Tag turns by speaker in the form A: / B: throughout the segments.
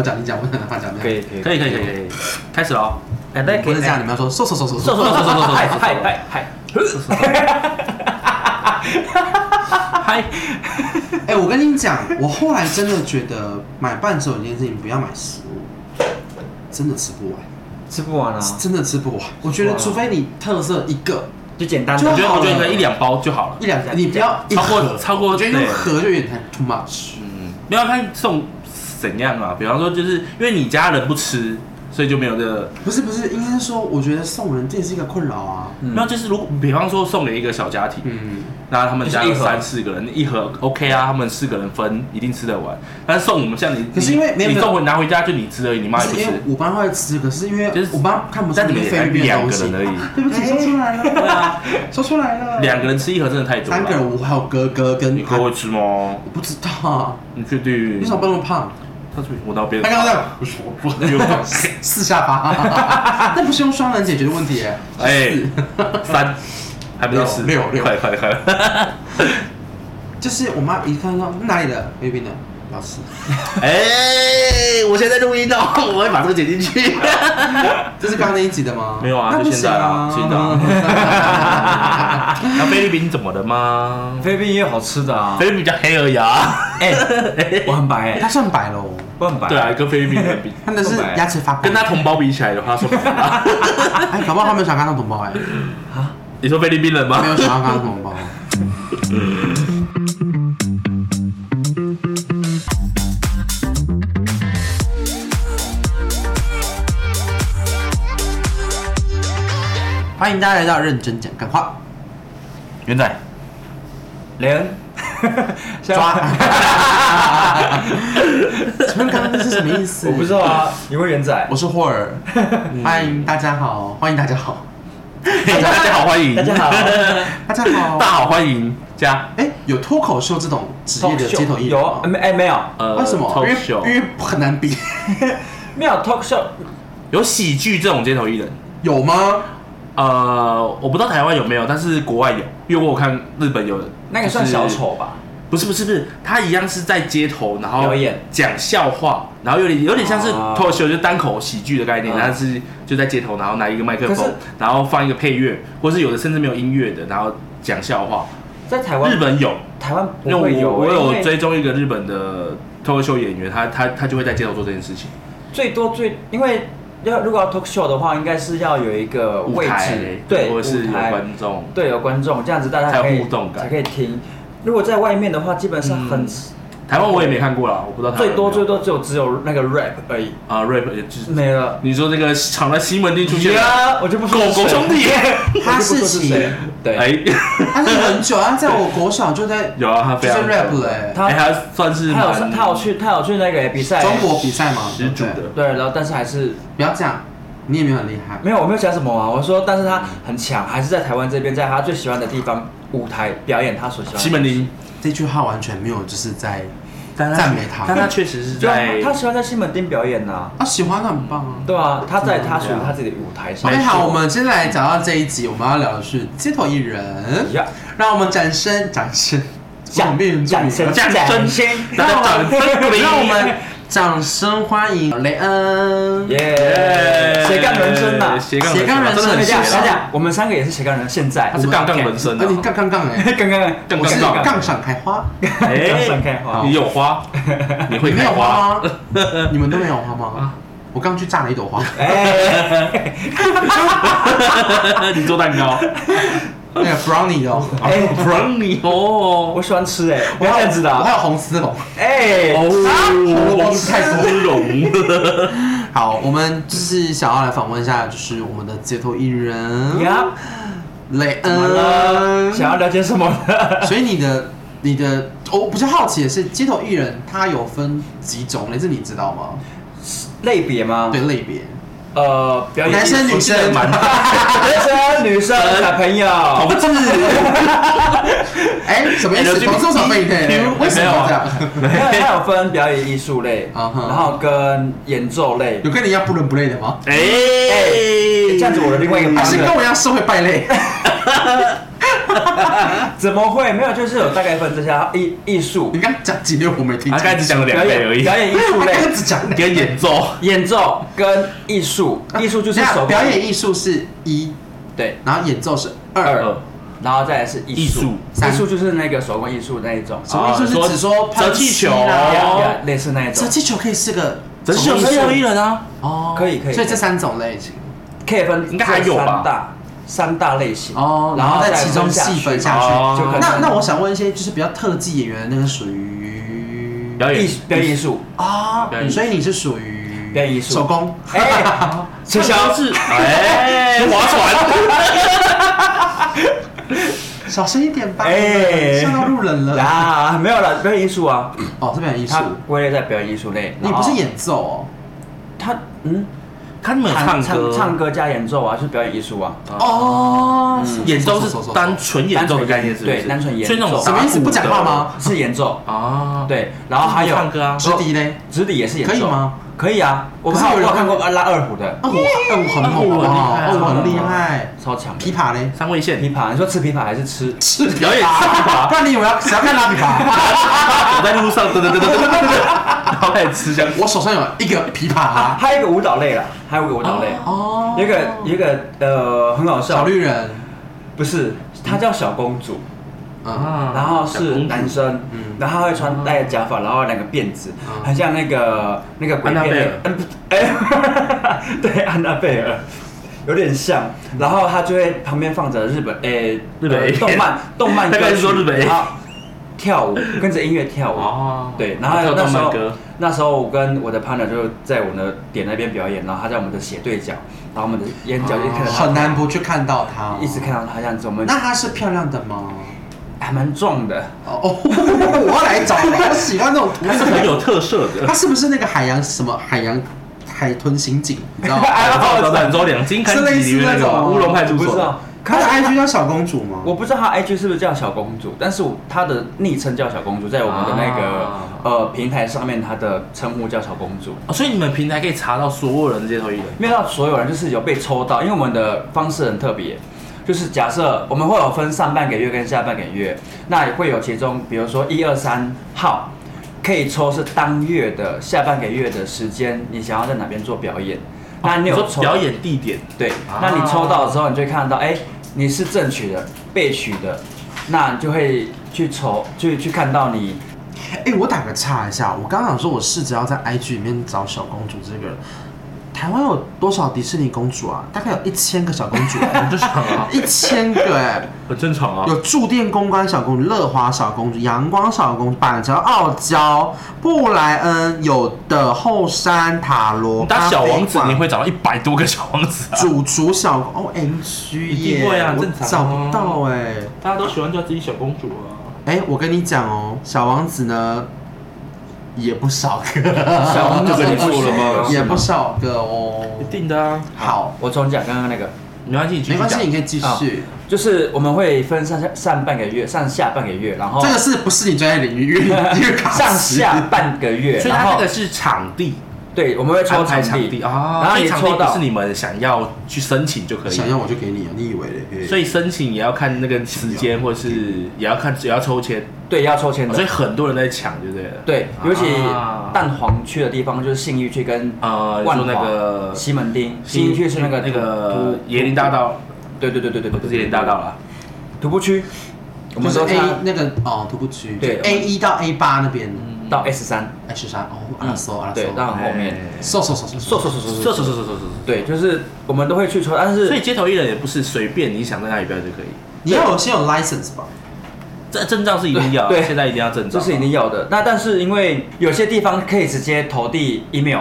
A: 我讲你讲，我讲他讲。
B: 可以可以
C: 可以可以可以可以，开始了哦。哎，大家可
A: 不
C: 以
A: 是这样，你们要说瘦瘦瘦瘦
C: 瘦瘦瘦瘦瘦瘦，
B: 嗨嗨嗨
C: 哎
B: 嗨，
C: 嗨，
A: 哎，我跟你讲，我后来真的觉得买伴手礼这件事情不要买实物，真的吃不完，
B: 吃不完啊，
A: 真的吃不完。我觉得除非你特色一个
B: 就简单
A: 就
C: 我
B: 的
C: 觉得
A: 好了
C: 我觉得可能一两包就好了
A: 一。两个，你不要一
C: 超过
A: 盒
C: 超过
A: 我觉得用
C: 对
A: 盒就有点太 too much。
C: 嗯，你要看送怎样啊？比方说，就是因为你家人不吃，所以就没有这个。
A: 不是不是，应该是说，我觉得送人这也是一个困扰啊。
B: 嗯
C: 那就是如果比方说送给一个小家庭，
A: 嗯，
C: 那他们家
B: 就
C: 有
B: 是一盒
C: 三四个人，一盒 OK 啊，他们四个人分一定吃得完。但是送我们像你，
A: 可是因为没有
C: 你
A: 没有
C: 送回拿回家就你吃而已，你妈也
A: 不
C: 不
A: 是因为
C: 吃。
A: 我妈会吃，可是因为
C: 就是
A: 我妈看不出
C: 但你们也才
A: 菲律宾的
C: 两
A: 东
C: 个
A: 西
C: 人。而已，
A: 对不起，说出来了，
C: 对啊，
A: 说出来了。
C: 两个人吃一盒真的太多
A: 三个
C: 了。
A: 人，我还有哥哥跟
C: 你哥会吃吗？
A: 我不知道啊，
C: 你确定？
A: 你怎么办那么胖？
C: 他说我到边，
A: 他刚刚这样，
C: 我 我
A: 四下巴， 那不是用双人解决的问题耶。
C: 哎，三还不到四，
A: 六六六
C: 快 快快！
A: 就是我妈一看到哪里的菲律宾的，不 要吃，
C: 哎，我现在录音哦， 我会把这个剪进去。
A: 这是刚刚那一集的吗？
C: 没有啊，
A: 那不
C: 就现
A: 行
C: 在啊，现在 啊。 那菲律宾怎么了吗？
B: 菲律宾也有好吃的啊，
C: 菲律宾比较黑而已啊。
B: 哎，我很白
A: 他
B: 哎，
A: 算白喽，
B: 我很白，
C: 对啊，，跟菲律宾人比，
A: 他那是牙齿发
C: 跟
A: 光。
C: 他同胞比起来的话，说
A: 哎，搞不好他们有想看他同胞哎，
C: 你说菲律宾人
A: 没
C: 吗？
A: 有想要看他同胞。欢迎大家来到认真讲干话，
C: 元仔，
B: 雷恩
A: 抓。请问刚刚这是什么意思？
B: 我不知道，啊，你问元仔
A: 我，是霍尔。欢迎大家好，欢迎大家好，
C: 大家好，欢迎，
B: 大家好，
A: 大家好
C: 大。好欢迎加。
A: 哎，有脱口秀这种职业的街头艺人
B: 有
A: 吗？
B: 没哎没有
C: 呃
A: 为什么？
C: 脱
A: 因
C: 口
A: 为
C: 秀
A: 因为很难比，
B: 没有 talk show，
C: 有喜剧这种街头艺人，
A: 有吗？
C: 呃，我不知道台湾有没有，但是国外有，因为我有看日本有
B: 那个算小。丑吧？
C: 就是不是不是不是，他一样是在街头，然后
B: 表演
C: 讲笑话，然后有点有点像是
B: 哦
C: 脱口秀，就单口喜剧的概
B: 嗯
C: 念，但是就在街头，然后拿一个麦克
B: 可
C: 风
B: 是，
C: 然后放一个配乐，或是有的甚至没有音乐的，然后讲笑话。
B: 在台湾，
C: 日本有，
B: 台湾
C: 因为
B: 不会有，欸
C: 我我
B: 因
C: 有
B: 为
C: 追踪一个日本的脱口秀演员，他他他就会在街头做这件事情。
B: 最多最，因为要如果要 talk show 的话，应该是要有一个
C: 舞
B: 位
C: 台
B: 置，对，
C: 或者是有
B: 舞台
C: 观众，
B: 对，有观众，这样子大家
C: 才有
B: 可以
C: 互动感
B: 才可以听。如果在外面的话，基本上很、
C: 嗯台湾我也没看过啦，我不知道台湾
B: 最
C: 有
B: 多
C: 没
B: 最
C: 有
B: 多只有只有那个 rap 而已，
C: 啊，rap 也就是
B: 没了。
C: 你说那个藏在西门町出现的
B: 呀，我就不
C: 狗
B: 说是谁
C: 狗兄，弟，
A: 哈
B: 我就不
A: 士
B: 说是
A: 奇
B: 谁，，对，
C: 哎，
A: 他是很久，他在我国小就 在
C: 有啊，他
A: 就
C: 非
A: 是
C: 常
A: rap 嘞，
B: 他
C: 哎，他算是
B: 他有
C: 蛮
B: 他有去他有去那个比赛，
A: 中国比赛嘛，
C: 十足
A: 对不对
C: 的，
B: 对，然后但是还是
A: 不要这样，你也没有很厉害，
B: 没有，我没有讲什么啊，我说但是他很强，还是在台湾这边，在他最喜欢的地方舞台表演他所喜欢的。
C: 西门町，
A: 这句话完全没有就是在
C: 但
A: 赞美他
C: 但他确实是
B: 对啊
C: 在
B: 他喜欢在西门町表演呐、
A: 啊，喜欢很棒啊。
B: 对啊，他在
A: 嗯
B: 他属于
A: 对啊
B: 他自己的舞台上。
A: OK，
C: 没错哎
A: 好，我们接下来讲到这一集，我们要聊的是街头艺人，
B: 呀
A: 让我们掌声掌声，
B: 掌
A: 命
B: 掌声
C: 这样真心，大家掌声鼓励，
A: 让我们掌声欢迎雷恩。
B: 耶
C: 耶，
B: 斜杠人生啊呐、
C: 斜杠
A: 斜杠人
C: 真的
A: 生
C: 很
B: 等一
C: 斜
B: 下，
A: 啊
B: 等一
C: 啊，
B: 下，我们三个也是斜杠人，现在
C: 他是杠杠人生
A: 而且
C: 啊，
A: 杠杠杠哎，
B: 刚刚
A: 我
C: 杠
B: 我
A: 是
B: 是
C: 杠杠
A: 杠上开花，
B: 杠上开花
C: 哎你有花，你会
A: 你没
C: 开
A: 有
C: 花，
A: 花 吗？你们都没有花
B: 啊
A: 吗？我刚去炸了一朵花，
B: 哎
A: 啊
C: 你做 蛋糕，
A: 那个 brownie 哦，
B: 哎，
C: 不让你哦
B: 我，喜欢吃哎，不
A: 我
B: 要这
A: 还
B: 样子的
A: 我还
B: 啊，
A: 有红丝哦绒。
B: 哎，
C: 哦，
A: 我
C: 王
A: 是太多
C: 丝绒。
A: 好，我们就是想要来访问一下，就是我们的街头艺人
B: 呀，
A: 雷
B: 怎么了？
A: 恩。
B: 想要了解什么呢？
A: 所以你的你的，我比较好奇的是，街头艺人他有分几种类，这你知道吗？
B: 类别吗？
A: 对，类别，
B: 呃，表演
A: 男生、女 生，
B: 男生、女生、小朋
C: 同
B: 友，
C: 志，
A: 哎，什么意思？
C: LGBT
A: 同性小妹对，
C: 啊
A: 为什么要这样？
B: 没啊有，它有分表演艺术类，
A: 啊哈
B: 然后跟演奏类。
A: 有跟你一样不伦不类的 吗？
C: 哎，
B: 哎这样子我的另外一个
A: 还
B: 朋
A: 是
B: 友
A: 跟我一样社会败类？
B: 啊怎么会？没有，就是有大概分这些啊艺艺术
A: 你、刚刚讲几遍我没听清楚，
C: 他刚才只讲了两
B: 表
C: 类而
B: 演、
C: 已，
B: 表演艺术
A: 我 刚
B: 类
A: 刚、只讲两
C: 跟演奏，
B: 演奏跟 艺术，艺术就是
A: 等一下
B: 手
A: 表演艺术是一，
B: 对
A: 然后演奏是二，
B: 二，然后再来是艺
C: 艺术
B: 术，
A: 三
B: 艺术就是那个手工艺术那一种，
A: 什么艺术
C: 哦
A: 是只说
C: 说
A: 抛
C: 折气
A: 弃
C: 球
A: 啦
B: 呀
C: 哦
B: 呀类似那一种
A: 折，气球可以是个
C: 只是
A: 什
C: 有
A: 么
C: 没
A: 艺术
C: 有艺人啊？
A: 哦，
B: 可以可以
A: 所以这三种类型
B: 可以分
C: 应该还有吧
B: 三大三大类型
A: 哦，然后
B: 后
A: 在
B: 再
A: 其中细分下
C: 哦
A: 去。
B: 就可能
A: 那那我想问一些就是比较特技演员的那个属于
C: 表演
B: 艺表演艺术，
A: 啊
C: 表演，艺术
A: 所以你是属于
B: 表演艺术
A: 手工
B: 哎，
C: 这
B: 吃香
C: 都是哎，划船，
A: 小声一点吧，
B: 哎
A: 吓到路人了。
B: 啊，没有了，表演艺术啊，
A: 哦，是表演艺术
B: 它，归类在表演艺术类。
A: 你
B: 然
A: 不
B: 后
A: 是演奏哦。
B: 他，嗯，
C: 看你们有
B: 弹
C: 唱
B: 唱
C: 歌，
B: 唱歌加演奏啊，就是表演艺术啊。
A: 哦
C: 演奏是单纯演奏的概念，是不是？
B: 对单纯演奏
C: 所以那种
A: 什么意思？不讲话吗？
B: 哦是演奏，哦
C: 啊，，
B: 对，然后还有哦
C: 唱歌啊
A: 直笛嘞？
B: 直笛也是演奏，
A: 可以吗？
B: 可以啊，我们
A: 可是
B: 还有
A: 有人哦
B: 我有看过拉二胡的，
A: 二胡，二胡很猛
C: 二胡很厉害
A: 哦，
C: 啊
A: 二胡很厉害。
B: 超强的。
A: 琵琶 嘞？
C: 三位线
B: 琵琶，你说吃琵琶还是吃？
A: 是
C: 表演琵琶
A: 不然你以为要谁要看拉琵 琶？
C: 我在路上，噔噔噔噔噔噔噔，然后开始吃香。
A: 我手上有一个琵琶
B: 啊，
A: 啊。
B: 还有一个舞蹈类啦，还有一个舞蹈类，
A: 哦
B: 有一个有一个呃很好
A: 小
B: 笑，
A: 绿人
B: 不是，她叫小公主，
A: 啊，
B: 然后是男生
A: 嗯，
B: 然后他会穿戴假发，然后两个辫子
A: 嗯，
B: 很像那个那个鬼
C: 啊安娜贝
B: 片
C: 尔，
B: 嗯，不哎， 对，安娜贝尔。有点像，然后他就会旁边放着日本诶、
C: 嗯日本
B: 呃
C: A 片
B: 动漫动漫歌曲，
C: 大概是说日本 A
B: 然后跳舞，跟着音乐跳舞。
C: 哦
B: 对，然后
C: 跳
B: 那
C: 动
B: 时
C: 漫
B: 候
C: 歌
B: 那时候我跟我的 partner 就在我们的点那边表演，然后他在我们的斜对角，然后我们的眼角就看
C: 哦
B: 到他
A: 很难不去看到他，
B: 一直看。到他这样子，我们
A: 那她是漂亮的吗？
B: 还蛮壮的。
A: 哦， 我要来找了，我喜欢这种图
C: 它是 很有特色的
A: 他。是不是那个海洋什么海洋海豚刑警？你知道 吗？
C: 找展周两金看集里面那个吗乌龙派出
B: 我不知
C: 所
B: 道，
A: 他的 IG 叫小公主吗？
B: 我不知道她 IG 是不是叫小公主，但是我她的昵称叫小公主，在我们的那个、
C: 啊
B: 呃平台上面，她的称呼叫小公主。
C: 哦所以你们平台可以查到所有人的街头艺人。
B: 没有到所有人，就是有被抽到，因为我们的方式很特别，就是假设我们会有分上半个月跟下半个月，那也会有其中，比如说一二三号可以抽是当月的下半个月的时间，你想要在哪边做表演，那你有
C: 说
B: 抽到
C: 表演地点，
B: 对
C: 啊，
B: 那你抽到的时候，你就会看到，哎、你是正取的、被取的，那你就会去抽，去去看到你
A: 哎、我打个岔一下，我刚刚想说我试着要在 IG 里面找小公主这个人。台湾有多少迪士尼公主啊？大概有一千个小公主、
C: 就想啊，
A: 一千个哎、
C: 很正常啊。
A: 有驻店公关小公主、乐华小公主、阳光小公主、板桥、傲娇、布莱恩，有的后山塔罗、
C: 你打小王子
A: 咖，啡
C: 你
A: 馆
C: 会找到一百多个小王子啊。
A: 主厨小哦 M G
C: 一定
A: 耶，
C: 会啊
A: 我
C: 正常啊
A: 找不到哎、
C: 大家都喜欢叫自己小公主啊。
A: 哎、我跟你讲哦，小王子呢也不少个，
B: 小
C: 王子跟你做了吗
A: 也不少个哦。
C: 一定的啊，
A: 好，
B: 我重讲刚刚那个，
C: 没关系，你继
A: 没
C: 续
A: 关
C: 讲
A: 系，你可以继续。啊
B: 就是我们会分上下上半个月、上下半个月，然后
A: 这个是不是你专业领 域？因为卡
B: 上
A: 死
B: 下半个月，
C: 所以
B: 然
C: 它
B: 后
C: 这个是场地，
B: 对，我们会抽
C: 安排
B: 场
C: 场
B: 地
C: 地啊，
B: 然后
C: 所以
B: 你
C: 场地
B: 抽
C: 不
B: 到
C: 是你们想要去申请就可以
A: 想。要我就给你啊，你以为嘞？
C: 所
A: 以
C: 以申请也要看那个时间，或是也要看也要抽签，
B: 对要抽签的，
C: 所以很多人在抢，对不对？，
B: 对，尤其
C: 啊
B: 蛋黄区的地方就是信义区跟
C: 呃，
B: 万
C: 就那
B: 华
C: 个
B: 西门町，信义区是那个
C: 那个
B: 徒
C: 椰林大，道，
B: 徒对对对对对对，
C: 不是椰林大道啦，
B: 徒步区，我们
A: 就是 A
B: 都差
A: 那个哦，徒步区，
B: 对
A: 就 A 一到 A 八那边
C: 嗯
B: 到 S 三，
A: ，H 三哦，阿拉索阿拉索，
B: 对，到后面，
C: 哎
A: 瘦瘦瘦瘦
B: 嗖嗖嗖
C: 是
B: 嗖
C: 是
B: 嗖
C: 是
B: 嗖，
C: 是是是是。
B: 对，就是我们都会去抽，但是
C: 所以街头艺人也不是随便你想在哪里表演就可以，
A: 你要有先有 license 吧？
C: 这证照是一定要，
B: 对对
C: 现在一定要证照，
B: 这是一定要的。那但是因为有些地方可以直接投递 email，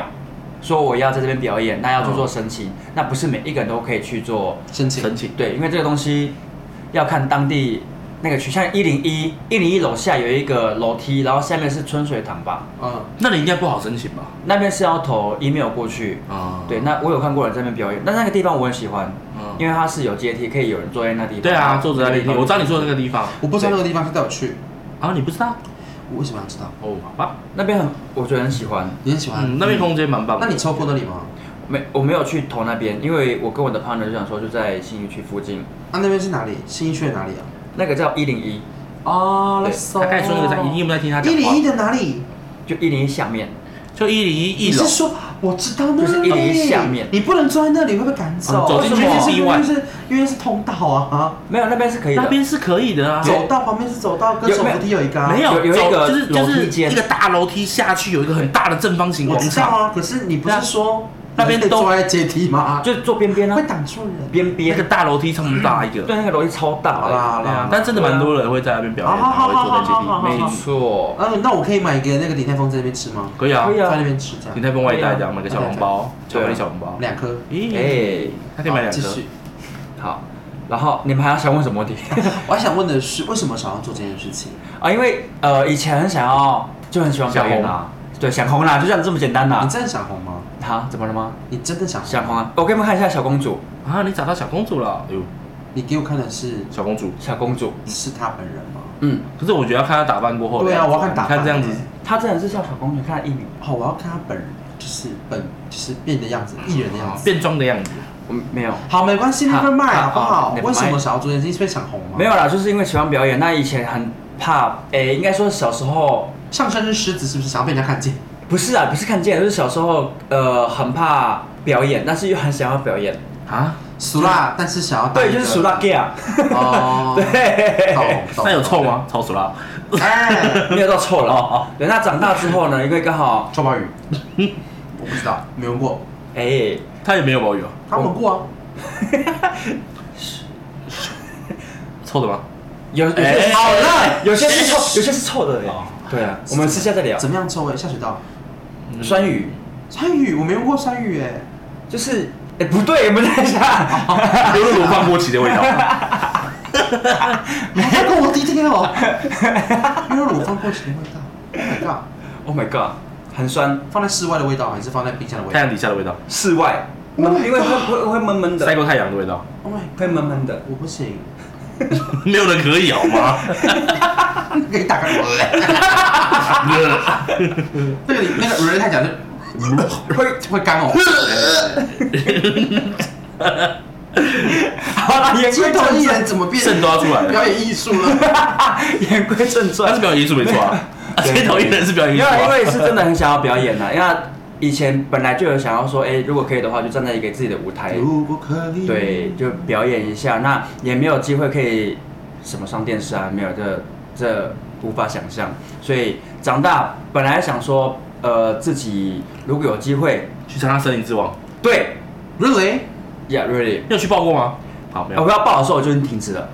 B: 说我要在这边表演，那要去做申请，那不是每一个人都可以去做。
A: 申请
C: 申请。
B: 对，因为这个东西要看当地那个区，像一零一一零一楼下有一个楼梯，然后下面是春水堂吧，
A: 嗯，
C: 那你应该不好申请吧？
B: 那边是要投 email 过去。
C: 啊
B: 对，，那我有看过人在那边表演，但那个地方我很喜欢，
C: 嗯
B: 因为它是有阶梯，可以有人坐在那地方。
C: 对啊，坐着在那地方，我知道你说的那
B: 个
C: 个地方
A: 我不知道那个地方，他带我去，
C: 啊，你不知道
A: 我为什么要知道？
C: 哦，好吧，
B: 那边很，我觉得很喜欢。
A: 你很喜欢
C: 嗯，？那边空间蛮棒的。
A: 那你抽过那里吗？
B: 没，我没有去投那边，因为我跟我的 partner 就想说就在新义区附近，
A: 那那边是哪里？新一区的哪里啊？
B: 那个叫一零一，
A: 哦，来搜
C: 他刚才说那个在，你有没有在听他讲
A: 一
C: 话
A: 零一？的哪里？
B: 就一零一下面，
C: 就一零一
A: 你
C: 一楼
A: 是，说我知道那里？
B: 就是一零一下面
A: 你不能坐在那里，会被赶走。
C: 嗯走
B: 进去
A: 是
B: 是
C: 意外
A: 因为是因为是通道啊，
B: 没有那边是可以的。
C: 那边是可以的啊。
A: 走道旁边是走道，跟
B: 有
A: 手扶梯有一个、啊。
C: 没有，
B: 有有一
C: 走
B: 个
C: 就是就
B: 楼
C: 是
B: 梯间
C: 一个大楼梯下去，有一个很大的正方形
A: 我
C: 广
A: 知道
C: 场，
A: 啊，可是你不是说
C: 那边
A: 人可以
C: 都
A: 坐在阶梯吗？
B: 就是坐边边啊
A: 会，挡住人。
B: 边
C: 那
B: 边
C: 个大楼梯这么大一个，
B: 对那个楼梯超大
A: 好
B: 的，
A: 啦好
C: 对啊
A: 啦，，
C: 但真的蛮多人会在那边表演，
A: 好
C: 然
A: 好
C: 后
A: 好
C: 会坐在阶
A: 好好好
C: 梯里
B: 没
C: 面，
B: 错，
A: 嗯，那我可以买给那个鼎泰丰在那边吃吗？
C: 可以啊
B: 可，以啊
A: 在那边吃这样，
C: 你再帮外带这样买个小笼包，
B: 对
C: 巧
B: 啊
C: 克力小笼包，
A: 两颗。
C: 咦，
B: 哎，
C: 他可以买
A: 好
C: 两
A: 继
C: 个，
A: 续。
B: 好，然后你们还要想问什么问题？
A: 我还想问的是，为什么想要做这件事情？
B: 啊，因为呃以前很想要，就很喜欢表演啊，对，想红啦，就像这么简单啦
A: 你。真的想红吗？
B: 好，怎么了吗？
A: 你真的想红？
B: 想红啊！我给你们看一下小公主，
C: 啊，你找到小公主了，哎呦，
A: 你给我看的是
C: 小公主，
B: 小公主，
A: 是他本人吗？
B: 嗯，
C: 可是我觉得要看她打扮
B: 哦
C: 过后的
A: 对啊，
C: 样子，
A: 我要看打扮。
C: 你看这样子，
B: 她真的是像小公主，看她一米，
A: 好，我要看他本人，就是本就是变的样子，艺人的样子。
C: 变装的样子，
B: 我没有，
A: 好，没关系，
B: 啊好
A: 那个卖好
B: 好
A: 不好
B: 好？never
A: 为什么
B: mind
A: 想要做这件事情？是因为想红吗？
B: 没有，啦，就是因为喜欢表演。那以前很怕，诶、应该说小时候
A: 上身是狮子，是不是想要被人家看见？
B: 不是啊，不是看见，就是小时候呃很怕表演，但是又很想要表演。
C: 啊，
A: 俗辣，但是想要当
B: 对，
A: 一
B: 就
A: 个
B: 是熟辣 gay 啊，
A: 哦，
B: 对，
A: 懂懂。
C: 那有臭吗？臭死了，
A: 懂？哎，
B: 没有到臭了哦。对，那长大之后呢，因为刚好
A: 臭鲍 鱼，我不知道，没闻过，
B: 诶、
C: 她也没有包邮，
A: 他闻过啊。
C: 臭的吗？
B: 有有
C: 哎
B: 些
A: 好了，
B: 有些是臭，有些是臭的耶
C: 哦。
B: 对啊，我们私下再聊。
A: 怎么样臭味？下水道
B: 酸雨
A: 酸雨，我没闻过酸 雨哎。
B: 就是，哎不对，我们等一下，
C: 刘若鲁放过期的味道，
A: 你还跟我 DT 哦， 因为我放过期的味道。Oh my god！
B: Oh my god，很酸，
A: 放在室外的味道，还是放在冰箱的味
C: 太
A: 道
C: 阳底下的味道，
B: 室外，
A: Oh my
B: 因为会会会闷闷
C: 晒
B: 的，
C: 过太阳的味道，
A: ？Oh my，
B: 会闷闷的。
A: 我不行，
C: 没有人可以好吗？
A: 可以打开 我。那个你那个人太 讲就会会干哦。
B: 好了，言
A: 街
B: 归
A: 头
B: 正
A: 艺
B: 传
A: 人，怎么变
C: 肾都要出来了
A: 表演艺术 了？
B: 言归正传
C: 他是。表演艺术没错啊，啊
B: 对
C: 街头艺人是表演艺
B: 因
C: 术
B: 为
C: 啊，
B: 因为是真的很想要表演啊呐，因为以前本来就有想要说，哎，如果可以的话，就站在一个自己的舞台，
C: 哦
A: 如果可以，
B: 对，就表演一下。那也没有机会可以什么上电视啊，没有这这无法想象。所以长大本来想说，呃，自己如果有机会，
C: 去参加森林之王，
B: 对
A: ，Really？
B: ，Yeah really，
C: 你有去报过吗？好，没
B: 呃
C: 有
B: 我要报的时候我就已经停止了，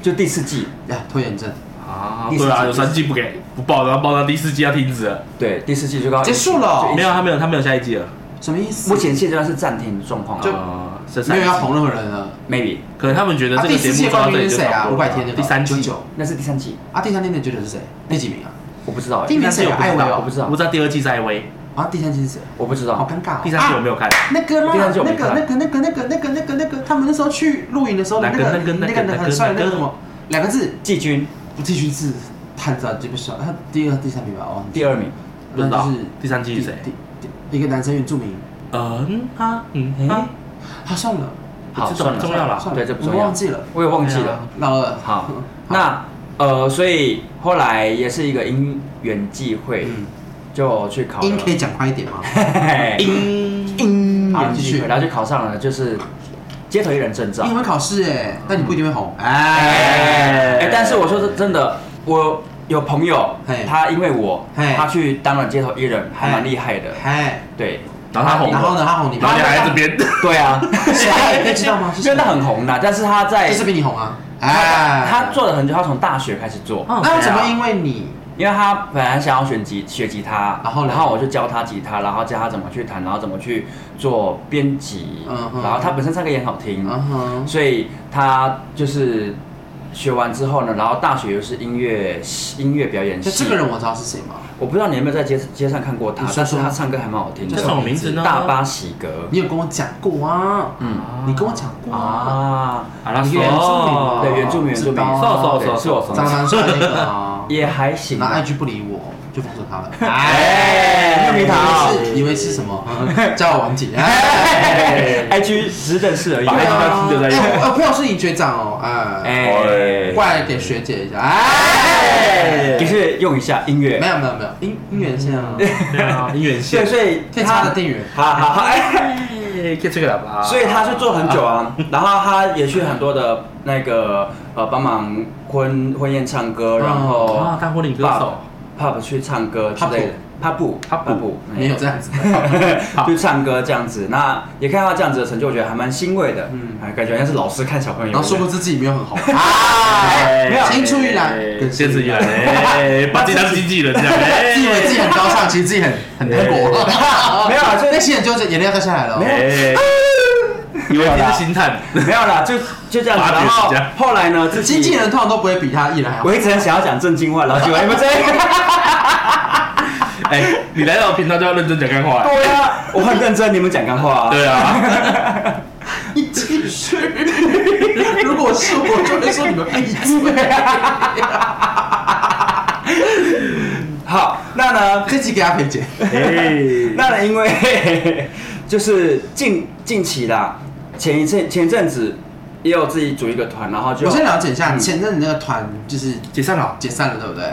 B: 就第四季，
A: 呀，拖延症
C: 啊
B: 第四
C: 对啊，
B: 季
C: 有三季不给不报，然后报到第四季要停止了，
B: 对，第四季就刚
A: 结束了哦
B: 就一
C: 没有，他啊没有，他没有下一季了，
A: 什么意思？
B: 目前现在是暂停状况啊，
A: 就
C: 啊剩下
A: 没
C: 一
A: 有
C: 季
A: 要捧任何人了。
B: maybe
C: 可能他们觉得
A: 啊，
C: 这
A: 第
C: 个节
A: 四
C: 目
A: 届
C: 做到
A: 冠
C: 这
A: 军
C: 里
A: 是
C: 就
A: 谁
C: 差
A: 啊？
C: 不
A: 五
C: 多了
A: 百天那个
C: 第三季
A: 九，九
B: 那是第三季，
A: 啊，第三天的九九是谁？第几名啊？
B: 我不知道、
A: 第一
B: 欸，
A: 名谁啊？艾薇
B: 我不
A: 哦。
B: 知道
C: 我不知道第二季是艾薇，
A: 啊，第三季是谁？
B: 我不知
A: 好
B: 道，
A: 尴尬哦。
C: 第三季我没有看，
A: 那个啦，
B: 第
A: 那
B: 三季
A: 个
B: 我
A: 那
B: 没
A: 个
B: 看
A: 那个那个那个那个那个，他们那时候去露营的时候的那个
C: 哪个那个
A: 那个
C: 那
A: 那
C: 个
A: 个很帅的
C: 哪
A: 那
C: 个
A: 个什么两个字，
B: 季军
A: 不继续字，探长这边小，他第二第三名吧，哦，
B: 第二名，
C: 不知道
A: 那就是
C: 第三季是谁？
A: 第第一个男生原住民，
C: 嗯啊嗯啊，
A: 啊，算了，
B: 好，
C: 这
B: 算了，
C: 重要啦
A: 算
B: 对，这不重
A: 我
B: 要，
A: 忘记了，嗯
B: 我也忘记
C: 对
B: 了
C: 啊。
A: 老二，
B: 嗯 好，那呃，所以后来也是一个因缘际会，
A: 嗯，
B: 就去考了。
A: 音可以讲快一点吗？
B: 因
C: 因
A: 音
B: 缘
A: 好，继
B: 际
A: 续
B: 会，。然后就考上了，就是街头艺人证照
A: 英。文考试哎，但你不一定会红，
C: 嗯
B: 哎、
A: 哎，
B: 但是我说是真的，我有朋友
A: 嘿，
B: 他因为我，
A: 嘿
B: 他去当了街头艺人，还蛮厉害的。
A: 哎，
B: 对，
C: 然后他红
A: 然后
C: 了，
A: 呢，他红你
C: 然
A: 吗
C: 后？你还在这边，
B: 对啊，
A: 谁啊？你知道 吗？是谁
B: 真的很红的，但是他在
A: 就是比你红啊，
B: 他
A: 哎，
B: 他做了很久，他从大学开始做。
C: 哦
A: 那
C: 谁
A: 怎
C: 啊
A: 么因为你？
B: 因为他本来想要选吉学吉他，
A: 然后呢
B: 然后我就教他吉他，然后教他怎么去弹，然后怎么去做编辑，
A: 嗯哼
B: 然后他本身唱歌也很好听，
A: 嗯哼，
B: 所以他就是学完之后呢，然后大学又是音乐系音乐表演
A: 就
B: 系。
A: 这个人我知道是谁吗？
B: 我不知道你有没有在街街上看过他
A: 你，说
B: 但是
A: 说
B: 他唱歌还蛮好听
A: 这
C: 这
A: 什么
C: 种
B: 的，
A: 名
C: 名
A: 字
C: 字呢？
B: 大巴喜格，
A: 你有跟我讲过啊，
B: 嗯
A: 你跟我讲过啊，
B: 啊，哦
C: 阿拉
A: 你
C: 斯
A: 原住民吗
B: 对原住民原住
A: 知
B: 民
A: 道啊
C: 瘦瘦
B: 对
C: 瘦
B: 是我哦
C: 瘦
B: 怂
A: 张三帅那个啊，
B: 也还行
A: 然后
B: 啊，
A: IG 不理我，就封锁他了。
B: 哎橡皮糖啊
A: 以为是以为是什 么？叫我王姐。
B: ，IG 只认识而已。
C: 把 IG 当
A: 啊
C: Tinder 在用
A: 哎我我朋友是你学长哦，哎，
B: 哎，
A: 过来给学姐一下。哎，
B: 也是用一下音乐
A: 没。有没有没有，姻姻缘线 啊，
C: 对啊，姻缘
B: 对，
C: 线，
B: 所以
A: 可以插的定语。
B: 好好好，哎，
C: 以吹个喇叭
B: 所以他是做很久啊，然后他也去很多的那个呃帮忙婚婚宴唱歌，然后
C: 啊，当婚礼歌手，
B: pub 去唱歌之类的，pub 哎
C: pub
B: pub
A: 没有这样子的，
B: 去唱歌这样子，那也看到这样子的成就，我觉得还蛮欣慰的，
A: 嗯
B: 嗯，感觉好像是老师看小朋友一
A: 然后说
B: 样，
A: 不知自己没有很好，
C: 啊
B: 哎没有
A: 青出于蓝
C: 哎先自己来，哎把自己当经纪人这样，
A: 自以为自己
C: 哎
A: 很高尚，其实自己很很很 薄。
B: 没有
C: 啊
B: 啦，就
A: 那些人就是眼泪要掉下来了。哦
C: 哎，以为自己是星探，
B: 没有啦，就就这样子。
C: 发
B: 然
C: 表
B: 后
C: 一下
B: 后来呢，自己
A: 经纪人通常都不会比他艺人还好
B: 我。一直很想要讲正经话，然后结果你们这个。
C: 哎，你来到我频道就要认真讲干话，
B: 对啊，我很认真，你们讲干话啊。
C: 对啊，
A: 你继续。 如果是我，就会说你们闭 嘴。
B: 好，那呢，
A: 这集给他赔钱。
C: 哎，
B: 那呢，因为 就是近近期啦，前一阵前阵子也有自己组一个团，然后就
A: 我先了解一下，
B: 嗯
A: 前阵你那个团就是
C: 解散了，哦
A: 解散了，对不对？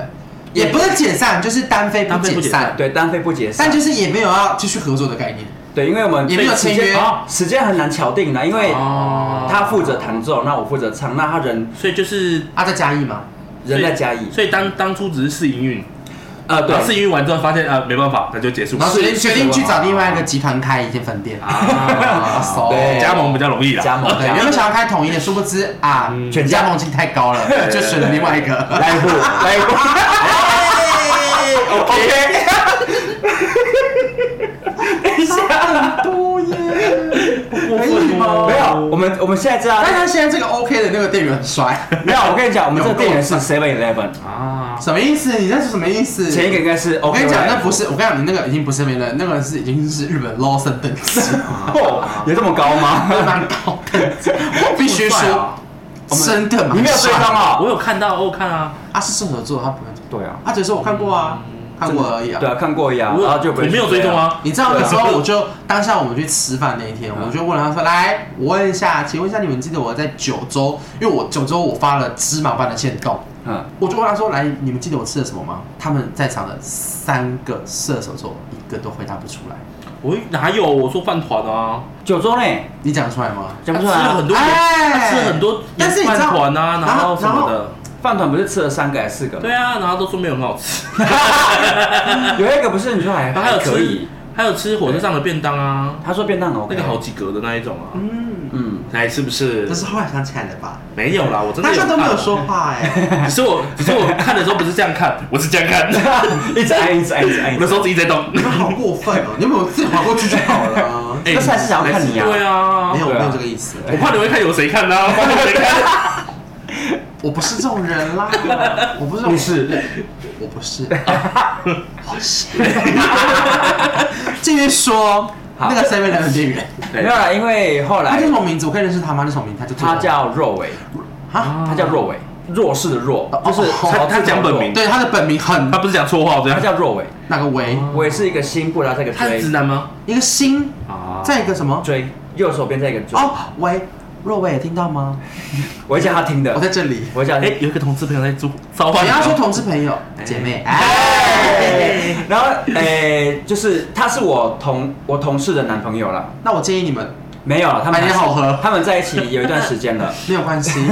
A: 也不是解散，就是单飞不
C: 单飞
A: 解
C: 不解
A: 散
C: 散，
B: 对单飞不解散，
A: 但就是也没有要继续合作的概念。
B: 对，因为我们
A: 也没有
B: 时
A: 签约
B: 间啊时间很难敲定啦，因为
A: 哦
B: 他负责弹奏，那我负责唱，那他人
C: 所以就是。
A: 啊，在嘉义吗？
B: 人在嘉义，
C: 所以当当初只是试营运，
B: 呃，对
C: 然，后试营运完之后发现啊没办法，那就结束。
A: 然后决定
B: 是
A: 决定去找另外一个
C: 哦
A: 集团开一间分店 啊，熟
B: 对
C: 加盟比较容易啦。
B: 加盟
A: 对，
B: 加
A: 原
B: 盟
A: 本想要开统一的，殊不知啊，
B: 全家
A: 加盟金太高了，就选了另外一个。
B: 来一步，来一步。OK，
A: 多耶，可
C: 以吗
B: 没有，我们我们现在知道
A: 但，他现在这个 OK 的那个店员很帅，
B: 没有，我跟你讲，我们这个店员是 Seven Eleven，
C: 啊，
A: 什么意思？你那是什么意思？
B: 前一个应该是 OK。
A: 嗯我跟你讲，那不，是，我跟你讲，你那个已经不是美人，那个是已经是日本 Lawson 等 级，
B: 哦，有这么高吗？
A: 蛮高等级。我必须
C: 这么帅
A: 说
C: 啊，
A: 真的蛮
B: 你没有追
A: 帅
B: 踪啊？
C: 我有看到，我有看啊，
A: 啊，是射手座，他不会，
B: 对啊，
A: 他只是说我看过啊，看过而已啊
B: 对。啊，看过呀，
C: 我
B: 然后就
C: 有我没有追踪。啊，
A: 你知道
B: 对啊
A: 那时候我就当下我们去吃饭那一天，我就问了他说：“来，我问一下，请问一下你们记得我在九州，因为我九州我发了芝麻般的限动，
B: 嗯，
A: 我就问他说：来，你们记得我吃了什么吗？他们在场的三个射手座一个都回答不出来，
C: 我哪有？我说饭团啊，
B: 九州呢？
A: 你讲得出来吗？
B: 讲不出
C: 吃
B: 来
C: 了
B: 啊
C: 很。多盐，
A: 哎
C: 他吃了很多
A: 但是你知
C: 饭
A: 道
C: 团啊，然后什么
A: 然
C: 的，
B: 饭团不是吃了三个还是四个？
C: 对，啊，然后都说没有很好吃，
B: 有一个不是你说还
C: 然后还有
B: 哎可
C: 吃
B: 以，，
C: 还有吃火车上的便当啊，
B: 他说便当很 OK，
C: 那个好，几格的那一种啊，
A: 嗯，
B: 嗯，
C: 哎，是不是
A: 这？是后来想起来的 吧？
C: 没有啦，我真的
A: 大家都没有
C: 看啊
A: 说，话哎、
C: 只是我，只是我看的时候不是这样看，我是这样看，
B: 一直按，一直按，一直按
C: 我的。手指一直在动
A: 你。们好过分哦、你们有自己划过去就好了啊、
B: 但是还是想要看你啊
C: 对啊
A: 没，有，
B: 对啊
A: 没有这个意思，
C: 我怕你会看有谁看啊，我怕你谁 看。
A: 我不是这种人啦， 我不是这种
B: 你是
A: 我不是，我是。继续说，
B: 好
A: 那个 Seven Eleven 店员，
B: 没有啦，因为后
A: 他
C: 啊
B: 来
A: 叫什么名字？我可以认识他吗？那什么名字？他就
B: 他叫若伟，
A: 啊，
B: 他叫若伟，弱势的弱
A: 哦，
B: 就是
A: 哦
B: 草字头
C: 他他讲本
B: 弱
C: 名
A: 对，他的本名很
C: 他不是讲绰号这
B: 他
C: 样，
B: 叫若伟，
A: 那个维，
B: 我也是一个新布拉这个
C: 他是
B: 追
C: 直男吗？
A: 一个心，
C: 啊
A: 再一个什么？
B: 追，右手边这个追，
A: 哦，喂，若薇，听到吗？
B: 我会叫他听的
A: 我，在这里。
B: 我会叫他
C: 哎
B: 听。，
C: 有一个同志朋友在召召唤
A: 不
C: 你
A: 要说
C: 哦，
A: 同志朋友姐妹，哎，
B: 哎然后诶，就是他是我同我同事的男朋友啦，
A: 那我建议你们
B: 没有啦，他们
C: 哎
A: 百年好合
B: 他们在一起有一段时间 了。
A: 没有关系，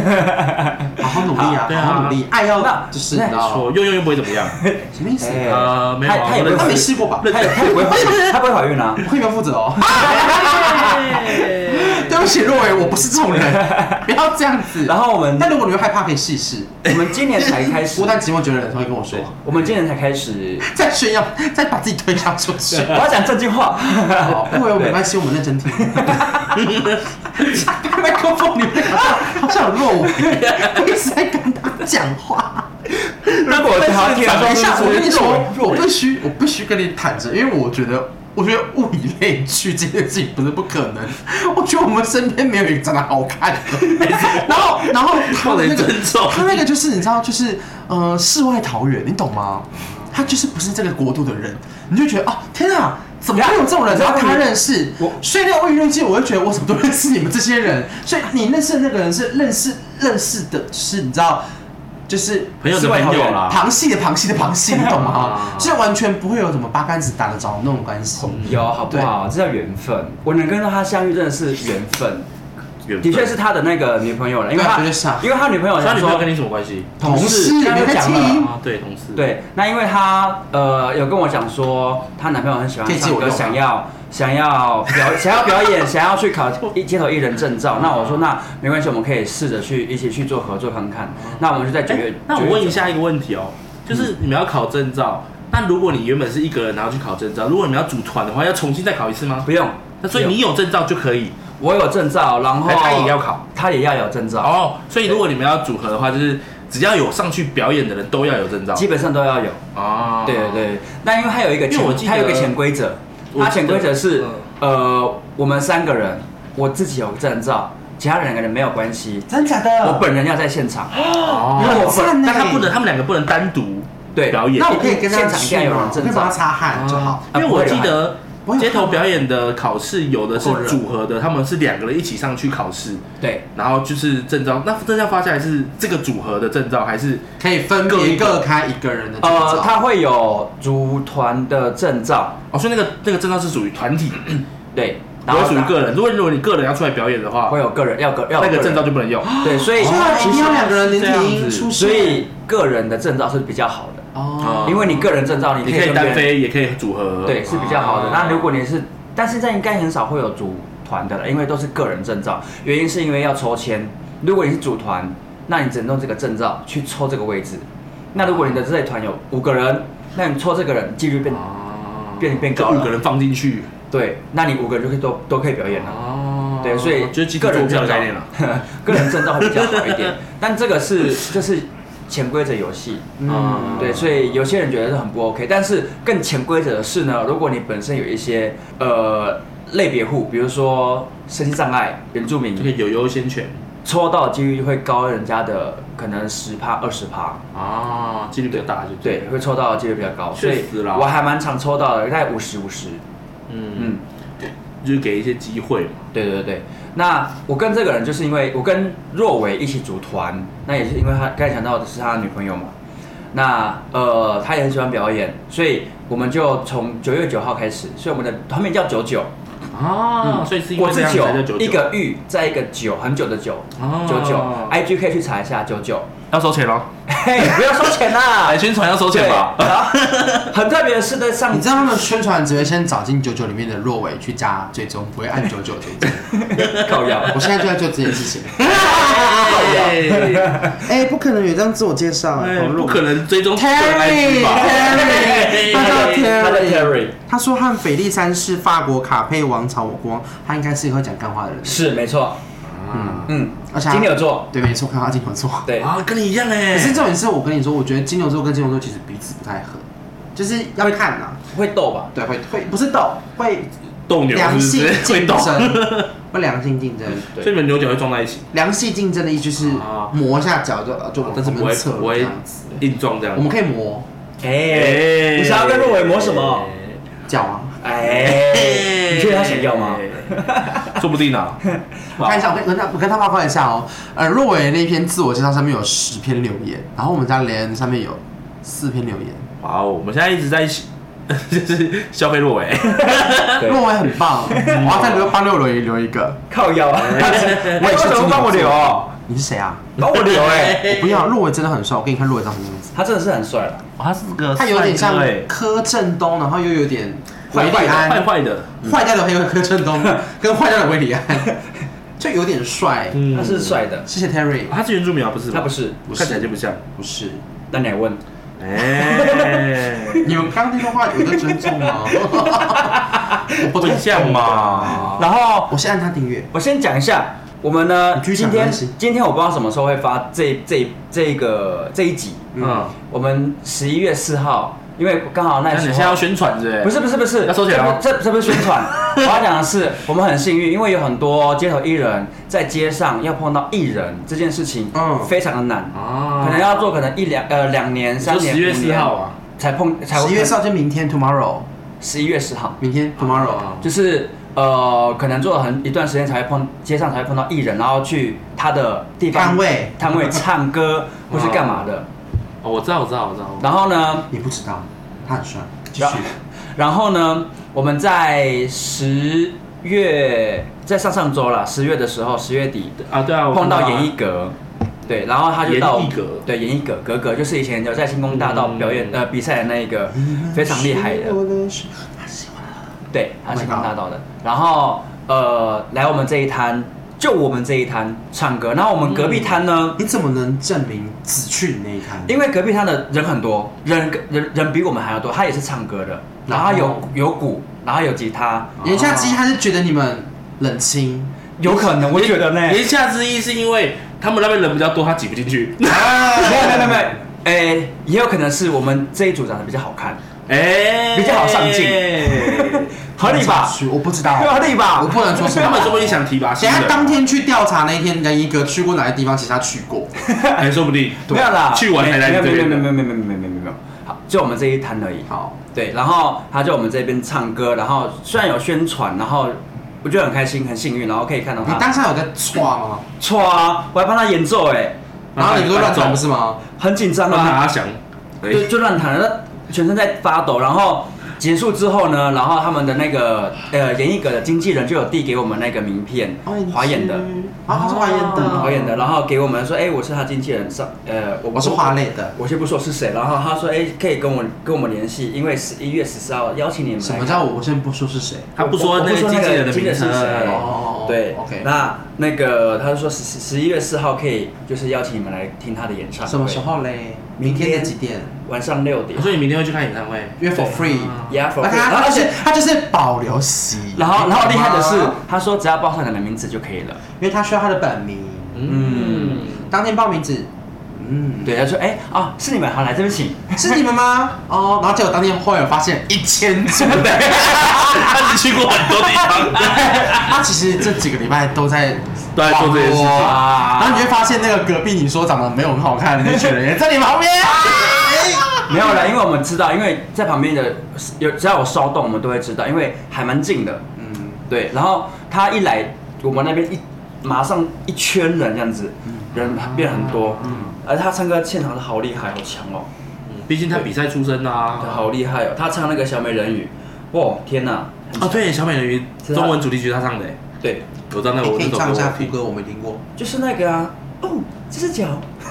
A: 好好努力啊，
C: 对啊
A: 好好努力，爱要
B: 那
A: 就是你知道
C: 说用哦用又不会怎么样。
A: 什么意思？
B: 哎
C: 呃，没有
B: 他
C: 啊，
B: 他也
C: 我
B: 不
C: 认
A: 他
B: 会
A: 没
C: 识
A: 试过 吧？
B: 他也他也不会怀 孕，他不会怀孕啊。
A: 我可以不用负责哦。 对不起，若薇，我不是这种 人，不要这样子。
B: 然后我们
A: 但如果你会害怕，可以试试。
B: 我们今年才开始
A: 孤，单寂寞觉得冷，才会跟我说，
B: 我们今年才开始，
A: 再炫耀，再把自己推销出 去。
B: 我要讲正经 话。
A: 好，不为我没关系，我们认真听。 麦克风里面好像有若薇，我一直在跟他讲话。
B: 如果我要听，
A: 等一下，我跟你说， 我
B: 若
A: 必须，我必须跟你坦诚，因为我觉得，我觉得物以类聚这件事情不是不可能。我觉得我们身边没有一个长得好看的，然后，然后他
C: 不
A: 那
C: 能
A: 个
C: 尊重
A: 他那个就是你知道，就是呃，世外桃源，你懂吗？ 他就是不是这个国度的人，你就觉得哦，天啊，怎么会有这种人？
B: 然
A: 然
B: 后
A: 后
B: 我
A: 他认识
B: 我
A: 所以那个《未认记》，我就觉得我怎么都认识你们这些人，所以你认识的那个人是认识认识的，是你知道，就是
C: 朋友的
B: 是外
C: 朋友
B: 国人
C: 啦，
A: 螃蟹的螃蟹的螃蟹，你懂吗
D: 啊？
A: 就是完全不会有什么八竿子打得着那种关系。
B: 有好不好？这叫缘分。我能跟他相遇，真的是缘分。
C: 缘分
B: 的确是他的那个女朋友了，因为
A: 对啊
B: 他
A: 绝对是啊
B: 因为他女朋友
C: 他
B: 想
C: 女朋友跟
B: 说
C: 你什么关系？
A: 同事，
B: 刚刚
A: 没
B: 就
A: 在
B: 讲
A: 听
B: 了。
C: 啊，对，同事，，
B: 对，那因为他呃有跟我讲说，她男朋友很喜
A: 可以
B: 欢
A: 借
B: 唱
A: 我
B: 歌，
C: 啊
A: 用吗
B: 想要想要表 想要表演，想要去考一街头艺人证照。那我说那没关系，我们可以试着去一起去做合作看看。那我们就在九月
C: 哎，，那我
B: 9
C: 问
B: 月
C: 一下一个问题哦，
B: 嗯
C: 就是你们要考证照，那如果你原本是一个人，然后去考证照，如果你们要组团的话，要重新再考一次吗
B: 九，？不用，
C: 那所以你有证照就可以
B: 我有证照，然后
C: 哎他也要考，
B: 他也要有证照，
C: 哦。所以如果你们要组合的话，就是只要有上去表演的人都要有证照
B: 基本上都要有。
C: 哦。
B: 对对，对，那因为它有一个
C: 因为
B: 潜
C: 我记，得
B: 它有一个潜规则，
C: 我
B: 它
C: 记
B: 潜
C: 得
B: 规则是
C: 嗯，
B: 呃，我们三个人，我自己有证照，其他两个人没有关系，
A: 真假的？
B: 我本人要在现场，
C: 哦
B: 因为我
A: 赞
B: 本
A: 欸
C: 但他不能，他们两个不能单独
B: 对
C: 表演。啊
A: 那我可以跟他
B: 现场一定要有人啊
A: 去吗我
B: 证
A: 可以帮他
B: 照，
A: 擦汗就好。
C: 因为我记得
A: 不会有汗
C: 街头表演的考试有的是
A: 不会有啊汗
C: 组合的，他们是两个人一起上去考试，
B: 对，
C: 然后就是证照。那证照发下来是这个组合的证照，还是
A: 可以分别各开一个人的证
B: 呃，
A: 照。
B: 它会有组团的证照，
C: 哦？所以那个那个证照是属于团体，
B: 对，
C: 嗯然后属啊于
B: 打
C: 个人。如果如果你个人要出来表演的话
B: 会，有个人要个要有
C: 那个
B: 人
C: 证照就不哦能用。
B: 对，所以
A: 哦所以一定要两个人
C: 是这样
A: 连
C: 子
A: 体出现，
B: 所以个人的证照是比较好的，
A: 哦，
B: 因为你个人证照
C: 你
B: 你
C: 可
B: 可以跟
C: 以单
B: 别人
C: 飞，也可以组合，
B: 对，是比较好的。
C: 哦
B: 那如果你是，但现在应该很少会有组团的了，因为都是个人证照。原因是因为要抽签。如果你是组团，那你只能用这个证照去抽这个位置。那如果你的这类团有五个人，那你抽这个人几率变
C: 哦
B: 变变
C: 就
B: 高了
C: 五个人放进去
B: 对，那你五个人就可以都都可以表演了。
C: 哦
B: 对，所以
C: 就是集体
B: 个人
C: 投票
B: 证
C: 的
B: 照
C: 概念啊了。，
B: 个人证照会比较好一 点。但这个是这是潜规则游戏，啊
A: 嗯，
B: 对，所以有些人觉得是很不 OK，但是更潜规则的是呢，如果你本身有一些呃类别户，比如说身心障碍、原住
C: 啊就可
B: 民，
C: 以有优先权
B: 抽到的几率会高人家的可能十趴、二十趴，
C: 啊，几率比较大就
B: 对，会抽到的几率比较高，所
C: 确
B: 以
C: 实啦
B: 我还蛮常抽到的，大概五十五十，
C: 嗯
B: 嗯，
C: 就是给一些机会嘛。
B: 对对对。那我跟这个人就是因为我跟若伟一起组团，那也是因为他刚才讲到的是他女朋友嘛。那呃，他也很喜欢表演，所以我们就从九月九号开始，所以我们的团名叫九九，
C: 啊，所以是因
B: 我
C: 为这
B: 是九
C: 样才叫九，
B: 一个玉，再一个九，很久的久
C: 哦，
B: 九九，IG 可以去查一下九 九，
C: 要收钱
A: 哦
C: 喽，
B: 嘿，不要收钱啦
C: 来，哎宣传要收
B: 对，
C: 钱吧。
B: 然后很特别的是在上
A: 你知道他们宣传只会先找进九九里面的若伟去加追踪，不会按九九 追踪。
B: 靠腰，
A: 我现在就在做这件事情。
C: 哎
A: 哎，不可能有这样自我介绍
C: 哎 不可能追踪个人 IG 吧？哎
A: Terry，Terry，他叫
B: 哎他叫 Terry
A: Terry，他说和斐利山是法国卡佩王朝我国王，他应该是一个会讲干话的人。
B: 是没错，
A: 嗯，
B: 嗯，
A: 而且他
B: 金牛座，
A: 对，没错，看到他金牛座。
B: 对，
C: 啊，跟你一样哎
A: 可是重点是我跟你说，我觉得金牛座跟金牛座其实彼此不太合，就是要看呐、
B: 会逗吧？
A: 对，会会不是斗，会
C: 斗牛
A: 良
C: 是
A: 性
C: 不是？ 会
A: 竞
C: 斗，
A: 争
C: 所，
A: 会良性竞争。
C: 以你们牛角会撞在一起，
A: 良性竞争的意思就是
C: 啊
A: 磨一下脚就哦就往
C: 但是
A: 这
C: 不会
A: 边侧
C: 不
A: 这
C: 会
A: 样子。
C: 硬撞这样
A: 我。们可以磨
B: 哎，你想要跟若伟磨什么？
A: 脚啊，
B: 哎，
C: 哎
B: 你觉得他想要吗？？
C: 说不定啊。
A: 我看一下，我跟跟他我跟他报告一下哦。呃，若伟那篇自我介绍上面有十篇留言，然后我们家雷恩上面有四篇留言。
C: 哇哦，我们现在一直在就是消费哎若 伟，
B: 对
A: 若伟很棒，我要再留帮六留言留一个。
B: 靠腰啊！
A: 我也
B: 为
A: 是
B: 什
A: 金
B: 么
A: 牛
B: 不帮我
A: 座
B: 留哦？
A: 你是谁啊？
B: 帮我留哎，
A: 我不要，若伟真的很帅，我给你看若伟长什么样子。
B: 他真的是很帅啦。
C: 他是个
A: 他有点像
C: 帅哥
A: 柯震东，然后又有点
C: 哎坏
A: 韦
C: 坏
A: 礼
C: 的坏
A: 安，
C: 坏的，
A: 坏掉的还有柯震东，跟坏掉的韦礼安，就有点帅。
C: 嗯
B: 他是帅的，
A: 谢谢 Terry，
C: 他是原住民啊，不是吧？
B: 他不是
A: 不是
C: 看起来就不像。
A: 不是
B: 那你还问？
C: 哎，
A: 你们刚刚那段话有在尊重吗？我不
C: 不
A: 尊
C: 像
A: 重，
C: 嘛。
B: 然后
A: 我先按他订阅。
B: 我先讲一下，我们呢，
A: 你继续
B: 今
A: 讲
B: 天
A: 没关系
B: 今天我不知道什么时候会发这这这个这一集，
C: 嗯，
B: 我们十一月四号，因为刚好那
C: 那
B: 时
C: 你现
B: 候
C: 在要宣传是不
B: 不是
C: 是？
B: 不是不是，
C: 要收钱哦
B: 这不这这不是宣 传，我要讲的是，我们很幸运，因为有很多街头艺人在街上要碰到艺人这件事情，
A: 嗯
B: 非常的难，
C: 啊
B: 可能要做可能一两呃两年
C: 你
B: 三
C: 说
B: 年，
C: 十月
B: 五
C: 四
B: 年
C: 号啊，
B: 才碰才会
A: 十一月上就明天 tomorrow，
B: 十一月十号，
A: 明天 tomorrow，、
C: 啊
B: 就是呃，可能做了很一段时间才会碰街上才会碰到艺人，然后去他的地方
A: 摊位
B: 摊位唱歌或是干嘛的。
C: 哦，我知道，我知道，我知道。
B: 然后呢，
A: 你不知道，他很帅，继
B: 然
A: 续
B: 后。然后呢，我们在十月在上上周啦，十月的时候，十月底的
C: 啊，对啊，我
B: 碰到
C: 看
B: 演艺阁，对，然后他就到
C: 演艺阁
B: 对演艺阁格格就是以前有在星光大道表演、
C: 嗯
B: 呃比赛的那一个非常厉害
A: 嗯
B: 的，对，他是
A: Oh my
B: 光
A: God
B: 大道的。然后呃，来我们这一摊，就我们这一摊唱歌。然后我们隔壁摊呢，
A: 你怎么能证明只去你那一摊？
B: 因为隔壁摊的人很多，人人人比我们还要多，他也是唱歌的，然后他
A: 然
B: 有
A: 后
B: 有鼓，然后有吉他，
A: 言下之意，他是觉得你们冷清。
B: 有可能我觉得呢，
C: 言下之意是因为他们那边人比较多，他挤不进去。
B: 没有没有没有没有，哎，也有可能是我们这一组长得比较好看，
C: 哎，
B: 比较好上 镜合理吧？
A: 我不知道，
B: 合理吧
A: 我不能说什
C: 他们
A: 么。
C: 说不定想提拔新
A: 等一
C: 人，
A: 下当天去调查那一天，人一哥去过哪些地方，其实他去过。
C: 哎，说不定
B: 没有啦，
C: 去完才来
B: 没有
C: 这
B: 没有
C: 边
B: 没
C: 的
B: 有没有没有没有没有没有没有，好，就我们这一摊而已。
A: 好，
B: 对，然后他就我们这边唱歌，然后虽然有宣传，然后我觉得很开心，很幸运，然后可以看到
A: 你
B: 他。
A: 当下有在刷吗？
B: 错啊，我还帮他演奏哎，
A: 然后你哥乱转不
C: 走，
A: 是吗？
B: 很紧张
C: 让
B: 啊，
C: 他想，哎
B: 就就乱弹，那全身在发抖。然后结束之后呢，然后他们的那个呃演艺阁的经纪人就有递给我们那个名片，华研的，
A: 啊，他是华研的，
B: 华研的，，然后给我们说，哎，我是他经纪人，上呃我
A: 我是华磊的。
B: 我先不说是谁，然后他说，哎，可以跟我跟我们联系，因为十一月十四号邀请你们来
A: 什
B: 看。
A: 么叫我？我先不说是谁。
C: 他不说
B: 我我不
C: 那个
B: 说那
C: 经
B: 个
C: 纪人的
B: 经
C: 名
B: 纪
C: 称
B: 人是谁
C: 哎
A: 哦
B: 对
A: ，OK。
B: 那那个他就说十十一月四号可以，就是邀请你们来听他的演唱会。
A: 什么时？候嘞？
B: 明
A: 明
B: 天
A: 天的几点？
B: 晚上六点。
C: 所以你明天会去看演唱会？
A: 约 for free。
B: Yeah for
A: 那
B: free
A: 他
B: 然
A: 他
B: 后而
A: 就是
B: 且
A: 他就是保留席。
B: 然后然后厉害的是
A: 你懂吗，
B: 他说只要报上你的名字就可以了。
A: 因为他需要他的本名，
B: 嗯
C: 嗯，
A: 当天报名字，嗯，
B: 对，他说哎啊是你们，好来这边请。
A: 是你们吗？哦，然后结果当天后来有发现一千组，
C: 他只去过很多地 方，
A: 他其实这几个礼拜都在
C: 都在做这件事情
A: 网络
B: 啊
A: 然后你会发现那个隔壁你说长得没有很好看的那群人也在你
B: 哎
A: 旁边，
B: 没有啦，因为我们知道，因为在旁边的有只要有骚动，我们都会知道，因为还蛮近的。
A: 嗯，
B: 对，然后他一来，我们那边一马上一圈人这样子，人变很多。嗯，而他唱歌现场好厉害，好强哦。
C: 毕竟他比赛出身
B: 他
C: 啊。
B: 好厉害哦！他唱那个《小美人鱼》，哇，天哪！
C: 啊，对，小美人鱼
B: 是他
C: 中文主题曲他唱的，哎
B: 对，
C: 我知道那
A: 你
C: 个我
A: 哎可
C: 那
A: 以
C: 首
A: 唱一下
C: 歌
A: 副歌，我没听过，
B: 就是那个啊，哦，这是脚。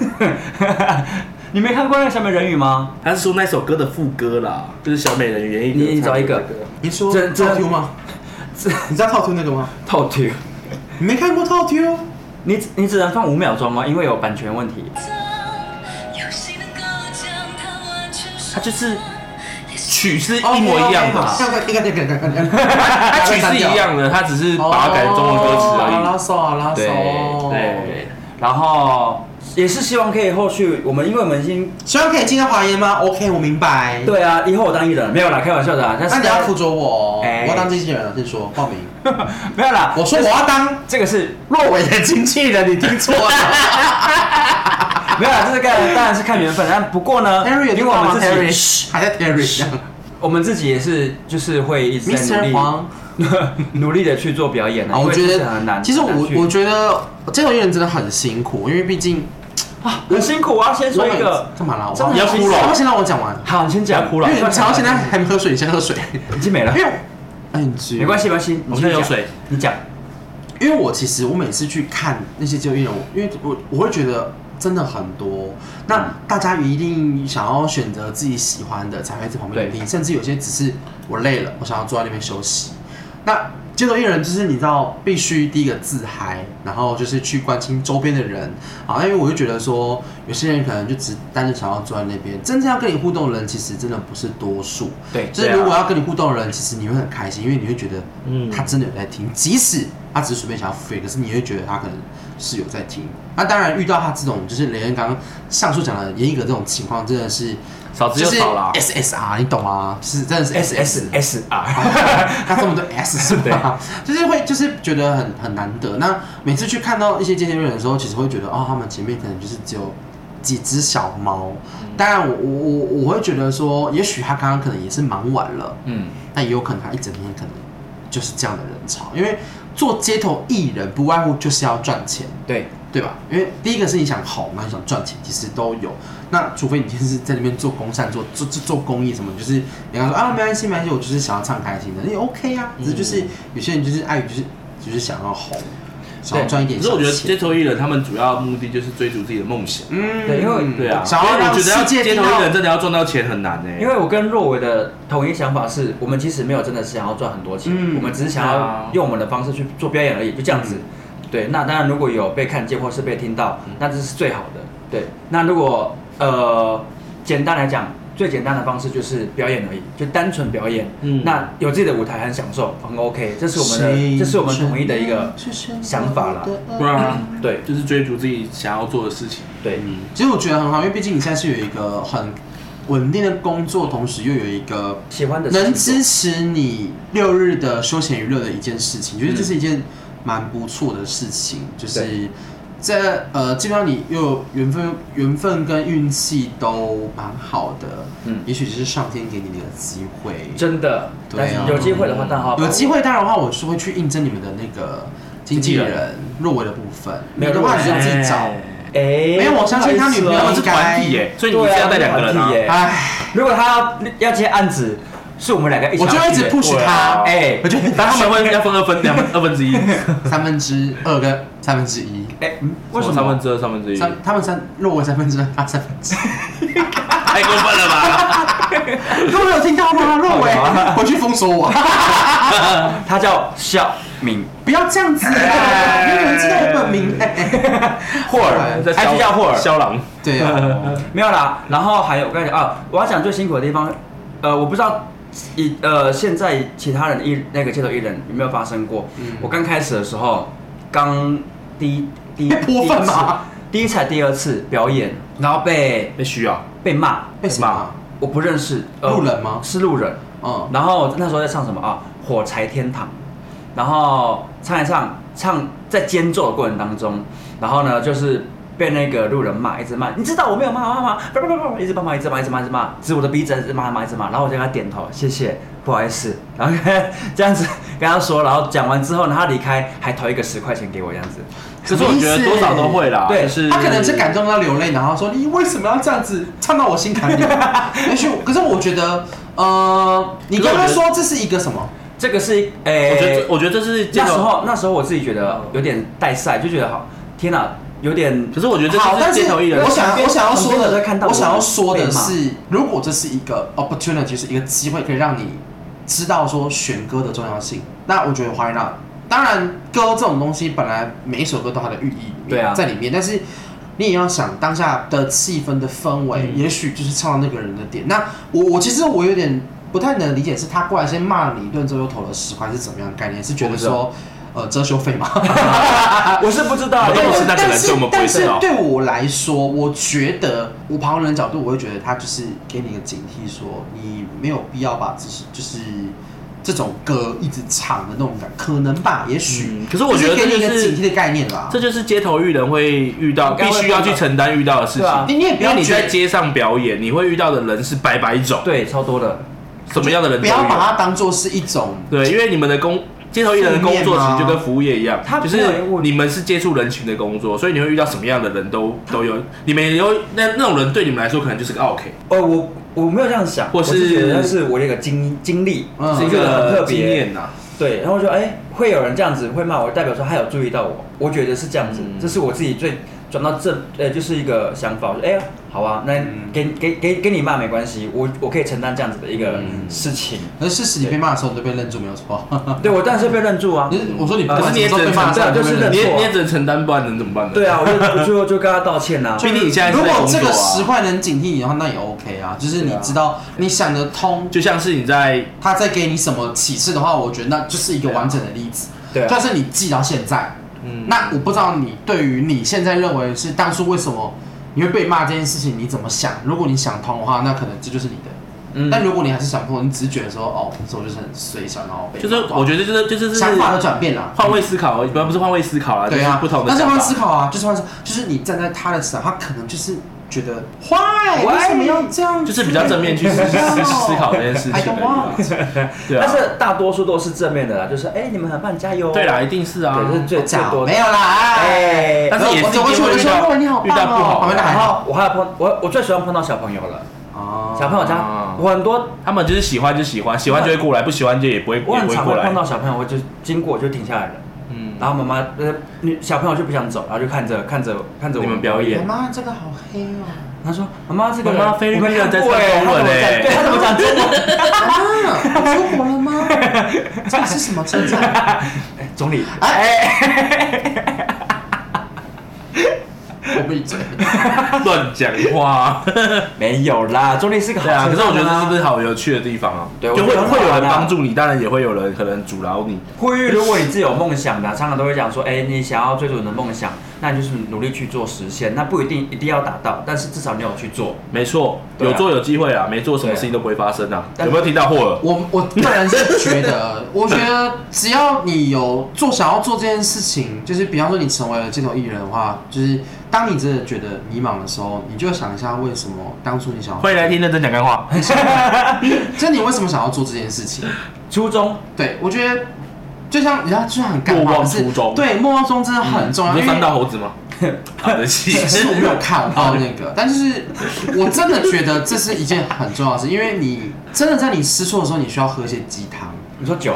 B: 你没看过那个《小美人鱼》吗？
C: 他是说那首歌的副歌啦，就是小美人鱼演绎
B: 你你找一个
A: 你说
B: 这这
A: 套 Q 吗？
B: 这
A: 你知道套 Q 那个吗？
B: 透题，
A: 你没看过套 Q？
B: 你只你只能放五秒钟哦吗？因为有版权问题。
C: 他就是曲是
A: 哦
C: 一模一样的，
A: 像个一个那个那个那个，他
C: 他曲是一样的，他只是把它改中文歌词而
A: 拉
C: 已。
A: 手啊拉手，
C: 对，
B: 然后也是希望可以后续我们，因为我们已经
A: 希望可以进到华研吗？OK，我明白。，
B: 对啊，以后我当艺人了没有啦，开玩笑的啊。但是
A: 那你要辅佐我哦，
B: 哎
A: 我要当经纪人，先说报名。
B: 没有啦，
A: 我说我要当
B: 这个是
A: 洛伟的经纪人，你听错了。
B: 没有啦，这个当然是看缘分。但不过呢，
A: Harry 有
B: 因为
A: 听
B: 我
A: 到
B: 们
A: 吗
B: 自己
A: ？Harry 嘘还在 Harry
B: 我们自己也是，就是会一直在努
A: Mr.
B: 力
A: 黄
B: 努力的去做表演啊
A: 啊，
B: 因
A: 我
B: 为
A: 觉
B: 这是
A: 得
B: 很难。
A: 其实
B: 很难
A: 我
B: 去
A: 我觉得这种艺人真的很辛苦，因为毕竟
B: 啊 很辛苦，我要先说一个
A: 干嘛啦？我
B: 真的
A: 你
B: 很辛苦
A: 我先让我讲完，
B: 好，你先讲哭
A: 因为你们吵，现在还没喝水，你先喝水。
B: 已经没了
A: 因，为我哎，你知
B: 没关系没关系，
C: 我
B: 你先
C: 现在有
B: 讲
C: 水，
B: 你讲。
A: 因为我其实我每次去看那些街头艺人，我因为我我会觉得真的很多。那大家一定想要选择自己喜欢的才会在旁边
B: 对
A: 听，甚至有些只是我累了，我想要坐在那边休息。那街头艺人就是你知道，必须第一个自嗨，然后就是去关心周边的人啊，因为我就觉得说，有些人可能就只单纯想要坐在那边，真正要跟你互动的人其实真的不是多数。
B: 对
A: 就是
B: 对啊
A: 如果要跟你互动的人，其实你会很开心，因为你会觉得，嗯，
C: 嗯
A: 他真的有在听，即使他只是随便想要 free，可是你会觉得他可能是有在听。那当然，遇到他这种就是雷恩刚刚上述讲的严一格这种情况，真的是
C: 少之
A: 就
C: 又
A: 是
C: 少啦。
A: SSR，你懂吗？是真的是
B: 啊 S S
A: SSR
B: S R，
A: 他这么多 S 是吧？就是会就是觉得很很难得。那每次去看到一些街头艺人的时候，其实会觉得哦，他们前面可能就是只有几只小猫。当然我，我我我会觉得说，也许他刚刚可能也是忙完了，
B: 嗯，
A: 但也有可能他一整天可能就是这样的人潮，因为做街头艺人不外乎就是要赚钱，
B: 对，
A: 对吧？因为第一个是你想红，那你想赚钱，其实都有。那除非你就是在那边做公善、做做做做公益什么，就是你刚说啊，没关系，没关系，我就是想要唱开心的，也 OK 啊。
B: 嗯
A: 只是就是有些人就是碍于就是就是想要红，想要赚一点
C: 可是
A: 小
C: 我觉得街
A: 钱。
C: 头艺人他们主要目的就是追逐自己的梦想。
A: 嗯
B: 对因为
C: 对啊，
A: 想要
C: 因为
A: 让
C: 我觉得要
A: 世界
C: 街
A: 听
C: 头
A: 到
C: 艺人真的要赚到钱很难呢、欸
B: 因为我跟若伟的统一想法是，我们其实没有真的是想要赚很多钱，
A: 嗯
B: 我们只是想要用我们的方式去做表演而已，就这样子。对，那当然如果有被看见或是被听到，
A: 嗯
B: 那这是最好的。对，那如果呃简单来讲，最简单的方式就是表演而已，就单纯表演。
C: 嗯
B: 那有自己的舞台很享受，很 OK，这是我们的，这是我们统一的一个。想法啦
C: 不
A: 嗯
C: 然啊
B: 对
C: 就是追逐自己想要做的事情。
B: 对，
A: 其实我觉得很好，因为毕竟你现在是有一个很稳定的工作，同时又有一个
B: 喜欢的事情
A: 能
B: 做
A: 支持你六日的休闲娱乐的一件事
B: 嗯
A: 情，觉得这是一件蛮不错的事情，就是
B: 对
A: 在呃，基本上你又有缘分、缘分跟运气都蛮好的，嗯
B: 嗯，
A: 也许只是上天给你的一个机会。
B: 真的，
A: 对啊
B: 但是有机会的话，当然
A: 有机会当然的话，我是会去应征你们的那个经纪
C: 经纪
A: 人入围的部分，
B: 没有
A: 的话
B: 入
A: 你
B: 围
A: 要自己找。
B: 哎、
A: 没有我相信他女朋友
C: 他们
B: 是
C: 是团体欸耶、所以你是要带两个人啊。
B: 对啊
A: 唉，
B: 如果他要要接案子，是我们两个一起
A: 我
B: 要
A: 就
B: 接的，
A: 一直 push
C: 对
A: 他
C: 啊，
A: 哎，我就
C: 但他们会要分二分 两分二分之一，
A: 三分之二跟三分之一，
B: 哎、嗯为什么
C: 三分之二、三分之一？
A: 三他们三入围三分之二，他三分之 一。
C: 太过分了吧！
A: 若伟有听到 吗？若伟
B: 有，啊
A: 回去封锁我，
B: 他叫肖敏
A: 不要这样子啊！没有人知道我本名哎。
B: 霍尔，
C: 哦在
B: 还是叫霍尔？
C: 肖郎，
A: 对啊，
B: 没有啦。然后还有我跟你讲啊，我要讲最辛苦的地方，呃，我不知道。以呃，现在其他人艺那个街头艺人有没有发生过？
A: 嗯
B: 我刚开始的时候，刚第一第一
A: 被泼粪吗
B: 第一次第一次还第二次表演，然后被
C: 被需要。
B: 被骂，
A: 为什么啊？
B: 我不认识、呃
A: 路人吗
B: 是路人，
A: 嗯，
B: 然后那时候在唱什么啊？火柴天堂，然后唱一唱，唱在间奏的过程当中，然后呢就是被那个路人骂，一直骂，你知道我没有骂骂骂，不不不不，一直骂骂，一直骂，一直骂，一直骂，指我的鼻子，一直骂骂，一直骂，然后我就跟他点头，谢谢，不好意思，然后 这样子跟他说，然后讲完之后呢，他离开还投一个十块钱给我这样子，
C: 可是我觉得多少都会啦，
B: 对
C: 就是
A: 他可能是感动到流泪，然后说你为什么要这样子唱到我心坎里？ 也许，可是我觉得，呃，你刚刚说这是一个什么？
B: 这个是诶、
C: 我觉得，我觉得这是街
B: 哎那时
C: 头，
B: 候那时候我自己觉得有点带赛，就觉得好天哪，有点
C: 可是我觉得
A: 好，
C: 这
A: 但
C: 是
A: 是
C: 街头艺人
A: 我。想我想要说
B: 旁边有
A: 的
B: 在看，到
A: 我
B: 我
A: 想要说的
B: 被骂
A: 是，如果这是一个 opportunity，就是一个机会，可以让你知道说选歌的重要性。那我觉得 why not？当然，歌这种东西本来每一首歌都有它的寓意里面
B: 对啊
A: 在里面，但是你也要想当下的气氛的氛围，
C: 嗯
A: 也许就是唱到那个人的点。那我我其实我有点不太能理解，是他过来先骂你一顿之后又投了十块是怎么样的概念？是觉得说呃遮羞费吗？
B: 我是不知道，因
C: 我都
B: 为
C: 不
B: 我
C: 知道
A: 但
C: 可能
A: 是
C: 是我们不会哦
A: 但是
C: 知道
A: 对我来说，我觉得我旁人的角度，我会觉得他就是给你一个警惕说，你没有必要把这是就是这种歌一直唱的那种感，可能吧，也许、
C: 嗯可是我觉得
A: 就是给你一
C: 这
A: 个
C: 就是
A: 警惕的概念啦
C: 这。就是街头艺人会遇到，
B: 应该
C: 必
B: 会
C: 须要去承担遇到的事
B: 对啊
C: 情。
A: 你你也不
C: 因
A: 要
C: 为你
A: 觉
C: 在
A: 得，
C: 街上表演，你会遇到的人是百百种，
B: 对超多的，
C: 什么样的人
A: 不
C: 都有
A: 要。把它当做是一种
C: 对，因为你们的工街头艺人的工作
A: 负面啊
C: 其
A: 吗
C: 实就跟服务业一样
B: 他，
C: 就
B: 没
C: 是
B: 有我
C: 你们是接触人群的工作，所以你会遇到什么样的人都都有。你们有那那种人对你们来说可能就是个 OK，
B: 呃，我我没有这样想，
C: 或是
B: 我觉得是我的一个经经历，
A: 嗯
B: 是
C: 是
B: 一
C: 一
B: 个很特
C: 个经
B: 别，
C: 验呐。
B: 对。然后我就哎、会有人这样子会骂我，代表说他有注意到我，我觉得是这样子，
C: 嗯
B: 这是我自己最转到正，呃，就是一个想法，我说哎、呀，好啊，那给给给给你骂没关系，我我可以承担这样子的一个
C: 嗯
B: 事情。
A: 可是事实你被骂的时候，你都被愣住，没有 错。
B: 对我当然是被认住啊
A: 你，是我说你不
B: 可
A: 管
B: 是
C: 你也
A: 什么呃时候被骂的时候，
B: 只能
A: 你都被愣住
B: 承认
C: 你也
B: 错啊
C: 你也只能承担，不然能怎么办呢？
B: 对啊，我就 最后就跟他道歉啊啦、
C: 毕竟你现在是
A: 如
C: 在
A: 果这个
C: 工作啊
A: 十块能警惕你的话，那也 OK 啊，就是你
B: 对啊
A: 知道你想得通，
C: 就像是你在
A: 他在给你什么启示的话，我觉得那就是一个完整的例子。
B: 对啊
A: 但是你记到现在，
C: 嗯
A: 那我不知道你对于你现在认为是当初为什么你会被骂这件事情，你怎么想？如果你想通的话，那可能这就是你的。
B: 嗯，
A: 但如果你还是想不通，你只是觉得说，哦，那时候就是很随小，然后被
C: 就是我觉得就是就是
A: 想法的转变啦。
C: 换位思考，不不是换位思考啦，
A: 对啊，
C: 就是不同的
A: 但是
C: 想
A: 换
C: 法。
A: 思考啊，就是换思，就是你站在他的立场，他可能就是觉得 why
B: Why？
A: 为什么要这样？
C: 就是比较正面去思思思考这件事情
A: I don't
C: 而
A: want
C: 已啊。 对啊
B: 但是大多数都是正面的啦，就是哎、你们很棒，加油！
C: 对啦，一定是啊。
B: 对，这是最最
A: 假
B: 多的
A: 没有啦，哎，
B: 哎，
C: 但是也是
A: 我走过去
C: 一
A: 我
C: 定会
A: 就
C: 遇
A: 说
C: 到
A: 若文你好棒哦
C: 遇到不好
A: 旁边
C: 的
A: 的，
B: 然后我还有碰我我最喜欢碰到小朋友了，
A: 哦
B: 小朋友家
C: 哦
B: 我很多
C: 他们就是喜欢就喜欢，喜欢就会过来，不喜欢就也不会也不
B: 我很
C: 会
B: 常
C: 过
B: 会
C: 来
B: 碰。到小朋友，我就经过我就停下来了，
C: 嗯，
B: 然后妈妈呃女小朋友就不想走，然后就看着看着看着我
C: 你们表演
A: 妈妈这个好黑哦，
B: 他说妈妈这个
C: 妈妈
B: 人
C: 菲律
B: 我
C: 宾
B: 没
C: 人
B: 看
C: 在
B: 过
C: 唱
B: 欸
C: 中文欸
B: 他怎么讲对他怎么讲中文？
A: 啊，我出国了吗？这个是什么车站？
B: 哎总理
A: 我闭嘴。
C: 乱讲话。
B: 没有啦，中立是个好
C: 对啊，可
B: 车
C: 是我觉得
B: 站
C: 这是好有趣的地方啊，
B: 对
C: 就
B: 我觉
C: 会
B: 得很好
C: 会有人
B: 玩啊
C: 帮助你，当然也会有人可能阻挠你。
B: 呼吁，如果你自己有梦想的啊，常常都会讲说，哎、你想要追逐你的梦想，那你就是努力去做实现，那不一定一定要达到，但是至少你有去做。
C: 没错，
B: 对啊
C: 有做有机会啊，没做什么事情都不会发生啊。
B: 对啊
C: 有没有听到霍尔？
A: 我我个人是觉得，我觉得只要你有做想要做这件事情，就是比方说你成为了街头艺人的话，就是当你真的觉得迷茫的时候，你就想一下为什么当初你想要，
C: 欢迎来听认真讲干话。
A: 就你为什么想要做这件事情？
B: 初衷，
A: 对我觉得。就像你知道，就像很干
C: 莫
A: 话，
C: 忘
A: 可是
C: 初衷
A: 对莫忘初衷真的很重要。
C: 你
A: 因
C: 会
A: 为
C: 翻到猴子吗？好的戏
A: 其实我没有看到那个，但是我真的觉得这是一件很重要的事，因为你真的在你失措的时候，你需要喝一些鸡汤，
B: 你说酒，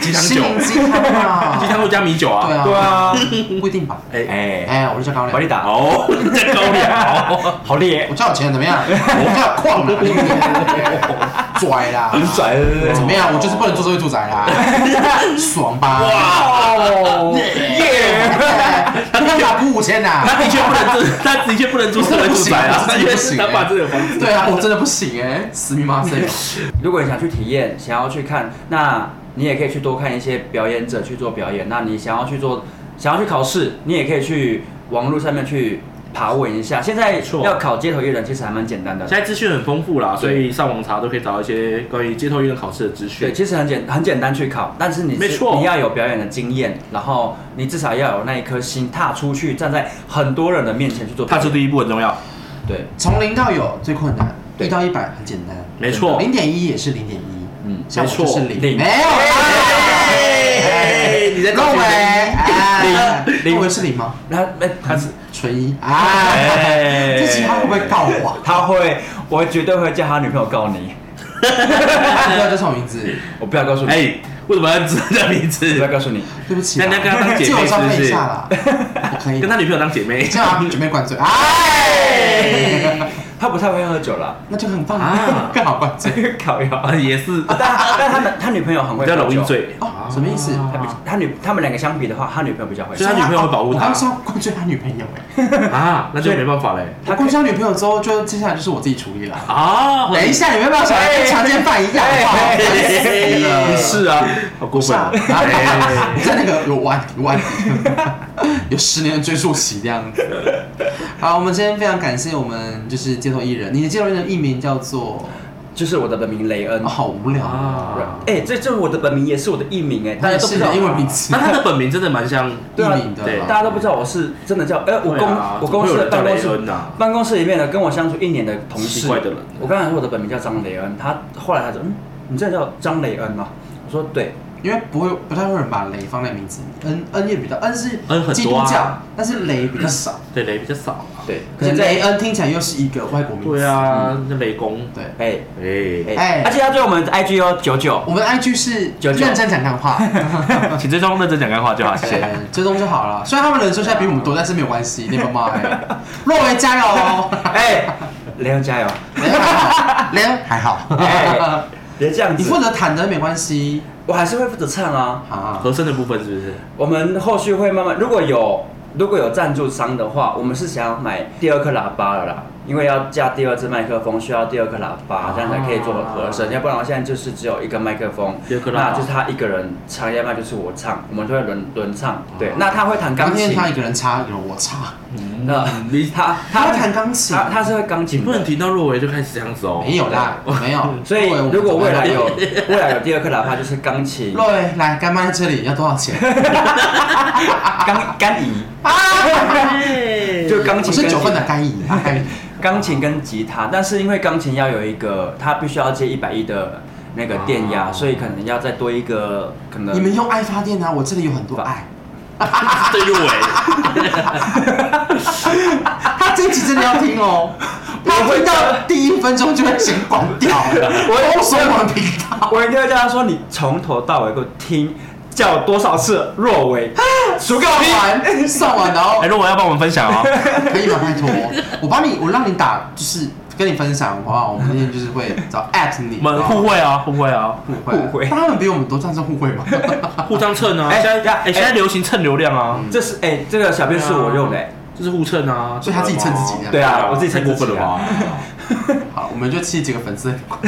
C: 鸡汤
A: 心
C: 酒，
A: 灵鸡汤啊，
C: 鸡汤会加米酒啊。
A: 对啊，
B: 对啊，
A: 不一定吧？
C: 哎哎，
B: 哎、
A: 哎，我就叫高
B: 保利
A: 粱，
B: 达，
C: 哦，在 高粱，
B: 好烈
A: 我，叫有钱人怎么样？我叫矿啦，你拽啦，
B: 很拽对对对
A: 怎么样？我就是不能做社会住宅啦，爽吧？
B: 哦，耶！
A: 哎你干嘛付五千呐？
C: 他的确不能住，他的确 不能住社会住宅 啊，
A: 我
C: 他
A: 真的不行
C: 他把这个房子，
A: 对啊，我真的不行哎，死命骂谁？
B: 如果你想去体验，想要去看，那你也可以去多看一些表演者去做表演。那你想要去做，想要去考试，你也可以去网络上面去爬文一下。现在
C: 错
B: 要考街头艺人，其实还蛮简单的。
C: 现在资讯很丰富啦，所以上网查都可以找到一些关于街头艺人考试的资
B: 对，
C: 讯。
B: 其实很简很简单去考，但是你是
C: 没错
B: 你要有表演的经验，然后你至少要有那一颗心，踏出去，站在很多人的面前去做表
C: 踏
B: 演。
C: 出第一步很重要，
B: 对，
A: 从零到有最困难，
B: 对
A: 一到一百很简单，
C: 没错
A: 零点一也是零点一，
B: 嗯，
A: 像我就是零，
B: 零
A: 没有啦。
C: 哎你在
A: 认为哎
B: 零零
A: 认为是零吗？
B: 那那他是
A: 纯一啊
C: 哎，
A: 这集他会不会告我啊？
B: 他会，我绝对会叫他女朋友告你，
A: 不要叫错名字，
B: 我不要告诉你，
C: 哎，为什么要知 道这名字
B: 我不？要告诉你，
A: 对不起啦，
C: 那那跟他当姐妹
A: 借我
C: 是
A: 消
C: 不
A: 费
C: 是
A: 一下 啦，我可以
C: 跟他女朋友当姐妹
A: 这样啊准备灌醉，哎，
B: 他不太会喝酒 啦。
A: 那就很棒
C: 啊
A: 啊，更好灌醉
B: 烤鸭，
C: 啊， 也是
B: 但但他的他女朋友很
C: 比
B: 会
C: 较
B: 喝
C: 容
B: 酒
C: 易，醉。
A: 哦，什么意
C: 啊
A: 思？
B: 他比他女他们两个相比的话，他女朋友比较会
C: 所以
B: 酒。
C: 他女朋友会保护
A: 哦我
C: 他
A: 刚说灌醉他女朋友哎，
C: 啊，那就没办法嘞。
A: 我灌醉他女朋友之后，就接下来就是我自己处理了。
C: 啊，
A: 等一下，你们要不要想跟强奸犯一样？
B: 哎
A: 不
C: 不是啊，好过
A: 是
C: 分
A: 啊
C: 啊！，
A: 哎在那个有弯有弯， 有十年的追溯期这样子。好，我们今天非常感谢我们就是街头艺人，你的街头艺人的艺名叫做，
B: 就是我的本名雷恩
A: 哦、。好无聊啊，
C: 啊，
B: 哎，这这我的本名也是我的艺名哎，大
A: 那也
B: 家都
A: 是
B: 不知
A: 你
B: 道
A: 的。英文名字
C: 那，他的本名真的蛮像，
B: 对啊
A: 艺名的
C: 对
A: 吧
B: 大家都不知道我是真的叫，哎、我
C: 啊对
B: 公、
C: 啊
B: 我公司的办公室
C: 怎么会有人叫雷恩啊
B: 办公室里面的跟我相处一年的同事，
C: 奇怪的人啊
B: 我刚才说我的本名叫张雷恩，他后来他说，嗯，你真的叫张雷恩吗？我说对，
A: 因为不会不太会有人把雷放在名字里，恩恩也比较恩是
C: 恩很
A: 基
C: 多
A: 督
C: 啊
A: 教，但是雷比较少，
C: 对雷比较少啊。
B: 对，
A: 可是雷恩听起来又是一个外国名字。
C: 对，啊，那雷公，
A: 对。
B: 哎
C: 哎，
B: 哎，
A: 哎
B: 而且他对我们的 IG 哦九九，
A: 我们的 IG 是
B: 九九
A: 认真讲干 话，
C: 请最终认真讲干话就好，谢谢。
A: 对，追踪就好了。虽然他们人数现在比我们多，但是没有关 系，你们妈哎，若维加油哦！
B: 哎、雷恩加油，
A: 雷恩还好，雷恩还
B: 哎
A: 好。
B: 别这样
A: 你
B: 子
A: 负，责弹的没关系
B: 我还是会负责唱啊。
A: 啊。
C: 和声的部分是不是？
B: 我们后续会慢慢，如果有如果有赞助商的话，我们是想要买第二颗喇叭了啦，因为要架第二支麦克风，需要第二颗喇叭，这样才可以做和声，要不然我现在就是只有一个麦克风
C: 第二颗，喇叭
B: 那就是他一个人唱，要不然就是我唱，我们就会轮轮唱。对
C: 哦，
B: 那他会弹钢
A: 刚
B: 琴
A: 天，他一个人插，一个人我插，
B: 那
A: 嗯
C: 你
B: 他
A: 哦他会弹钢琴
B: 他他是会钢
C: 你
B: 琴
C: 不
B: 的
C: 能。提到若维就开始这样子哦。
A: 没有啦，没有。
B: 所以
A: 若哦维我们
B: 如果
A: 怎么
B: 未来
A: 会
B: 有未来有第二颗喇叭，就是钢琴、 啊
A: 若维来干妈在
B: 啊
A: 这里要多少钱？
B: 钢钢椅，
C: 哎
A: 啊，
B: 就就是钢琴
A: 我是
B: 跟
A: 九份的
B: 吉他
A: 该赢，啊 该赢。
B: 钢琴跟吉他，但是因为钢琴要有一个，它必须要接一百一的那个电压，
A: 哦
B: 所以可能要再多一个，可能
A: 你们用爱发电啊，我这里有很多爱。
C: 对入围，
A: 他这一集真的要听 哦，他听到第一分钟就会先关掉，我封锁我的频道。
B: 我一定会叫他说，你从头到尾给我听，叫我多少次若维，数给我
A: 上
B: 听。
A: 完上完，然 后
C: 哎，如果要帮我们分享哦，
A: 可以吗？拜托，我帮你，我让你打，就是跟你分享，好不好？我们那天就是会找 at 你，
C: 我们互惠哦，互惠哦，
A: 互惠，
B: 互惠
A: 但他啊们比我们多，这样是互 惠吗？
C: 互相蹭啊。
B: 哎
C: 现在
B: 呀
C: 哎，现在流行蹭流量啊，
B: 这是哎、这个小便是我用的、哎
C: 这是互蹭啊，
A: 嗯所以他自己蹭自己这样
B: 对啊，我自己
C: 太
B: 才
C: 过分了吧？
A: 好，我们就气几个 粉丝，
C: 哦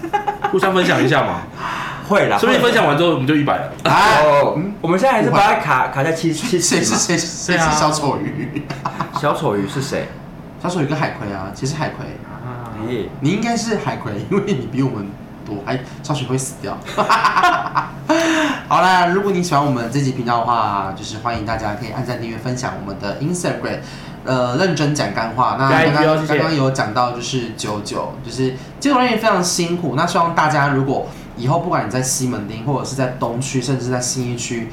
C: 互相分享一下 嘛，
B: 会啦，
C: 说不定
B: 会
C: 分享完之后我们就一百了。
A: 哎，
B: 哦，我们现在还是把它卡卡在七 七
A: 谁是
B: 十嘛。
A: 谁谁
C: 对
A: 是
C: 啊
A: 小丑鱼？
B: 小丑鱼是谁？
A: 小丑鱼跟海葵啊，其实海葵，
B: 哎，
A: 你应该是海葵，因为你比我们多，哎，小丑鱼会死掉。 好啦，如果你喜欢我们这集频道的话，就是欢迎大家可以按赞、订阅、分享我们的 Instagram。呃，认真讲干话。那
C: 加
A: 刚
C: 一
A: 刚
C: 句哦谢谢
A: 刚刚有讲到，就是九九，就是街头艺人非常辛苦。那希望大家如果以后不管你在西门町，或者是在东区，甚至是在信义区，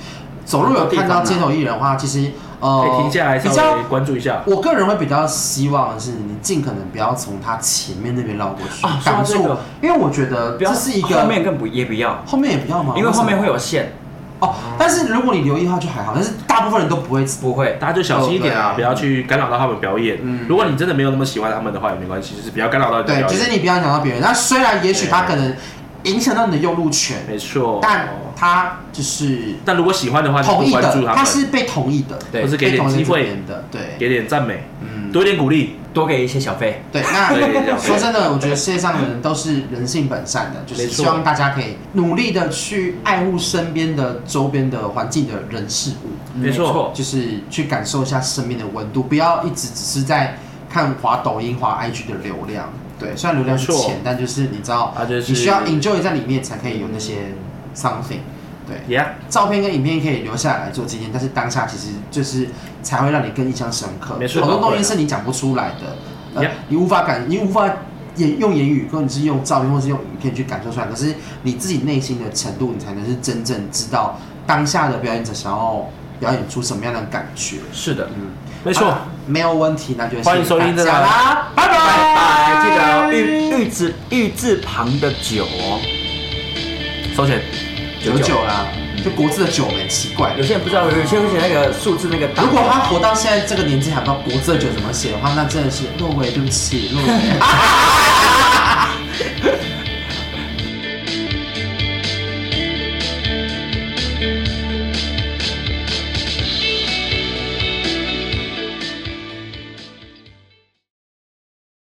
A: 走路有看到街头艺人的话，其实呃，
C: 啊可以哎停下来
A: 比
C: 稍
A: 较
C: 微关注一下。
A: 我个人会比较希望的是，你尽可能不要从他前面那边绕过去
B: 啊，说到
A: 挡
B: 这个
A: 住，因为我觉得
B: 不要
A: 这是一个哦
B: 后面更不也不要，
A: 后面也不要嘛，
B: 因为后面
A: 什么
B: 会有线，
A: 哦。但是如果你留意的话就还好，但是大部分人都不会知
B: 不会。
C: 大家就小心一点
A: 哦
C: 啊，
A: 对
C: 不要去干扰到他们表演。
A: 嗯
C: 如果你真的没有那么喜欢他们的话，也没关系，就是不要干扰到你的
A: 对，
C: 表
A: 就是
C: 演。
A: 你不要影响到别人。那虽然也许他可能影响到你的用路权，
C: 没错。
A: 但他就是
C: 但如果喜欢的话，你
A: 同
C: 多
A: 意
C: 关注
A: 的，
C: 他
A: 他
C: 们，
A: 是被同意的，
B: 对
C: 或是
A: 被
C: 给点
A: 同意
C: 机
A: 这
C: 会，
A: 边的，对，
C: 给点赞美，
A: 嗯，
C: 多一点鼓励。
B: 多给一些小费。
A: 对。
C: 对这
A: 那
C: 样
A: 说真的，我觉得世界上的人都是人性本善的，就是
C: 没错
A: 希望大家可以努力的去爱护身边的周边的环境的人事物，嗯
C: 没错，
A: 就是去感受一下身边的温度，不要一直只是在看滑抖音、滑 IG 的流量。对，虽然流量是
C: 没错
A: 钱，但就是你知道，
C: 啊就是
A: 你需要 enjoy 在里面才可以有那些 something。对，
C: Yeah，
A: 照片跟影片可以留下来做纪念，但是当下其实就是才会让你更印象深刻。
C: 没错
A: 好多东
C: 宝贵
A: 西
C: 啊
A: 是你讲不出来的，呃
C: Yep
A: 你无法感，你无法言用言语，或者是用照片，或是用影片去感受出来。可是你自己内心的程度，你才能是真正知道当下的表演者想要表演出什么样的感觉。
B: 是的，
A: 嗯，
C: 没
B: 啊
C: 错
A: 好。啦，没有问题，那就
C: 欢迎收听
A: 大
C: 这
A: 家
C: 个
A: 啦，拜
B: 拜拜，记得
A: 拜
B: 哦，玉玉字玉字旁的九哦，
C: 收钱，
A: 九九啦，就国字的九没奇怪。
B: 有些人不知道，有些人会写那个数字那个大。
A: 如果他活到现在这个年纪还不知道国字的酒怎么写的话，那真的是若薇，对不起，若薇。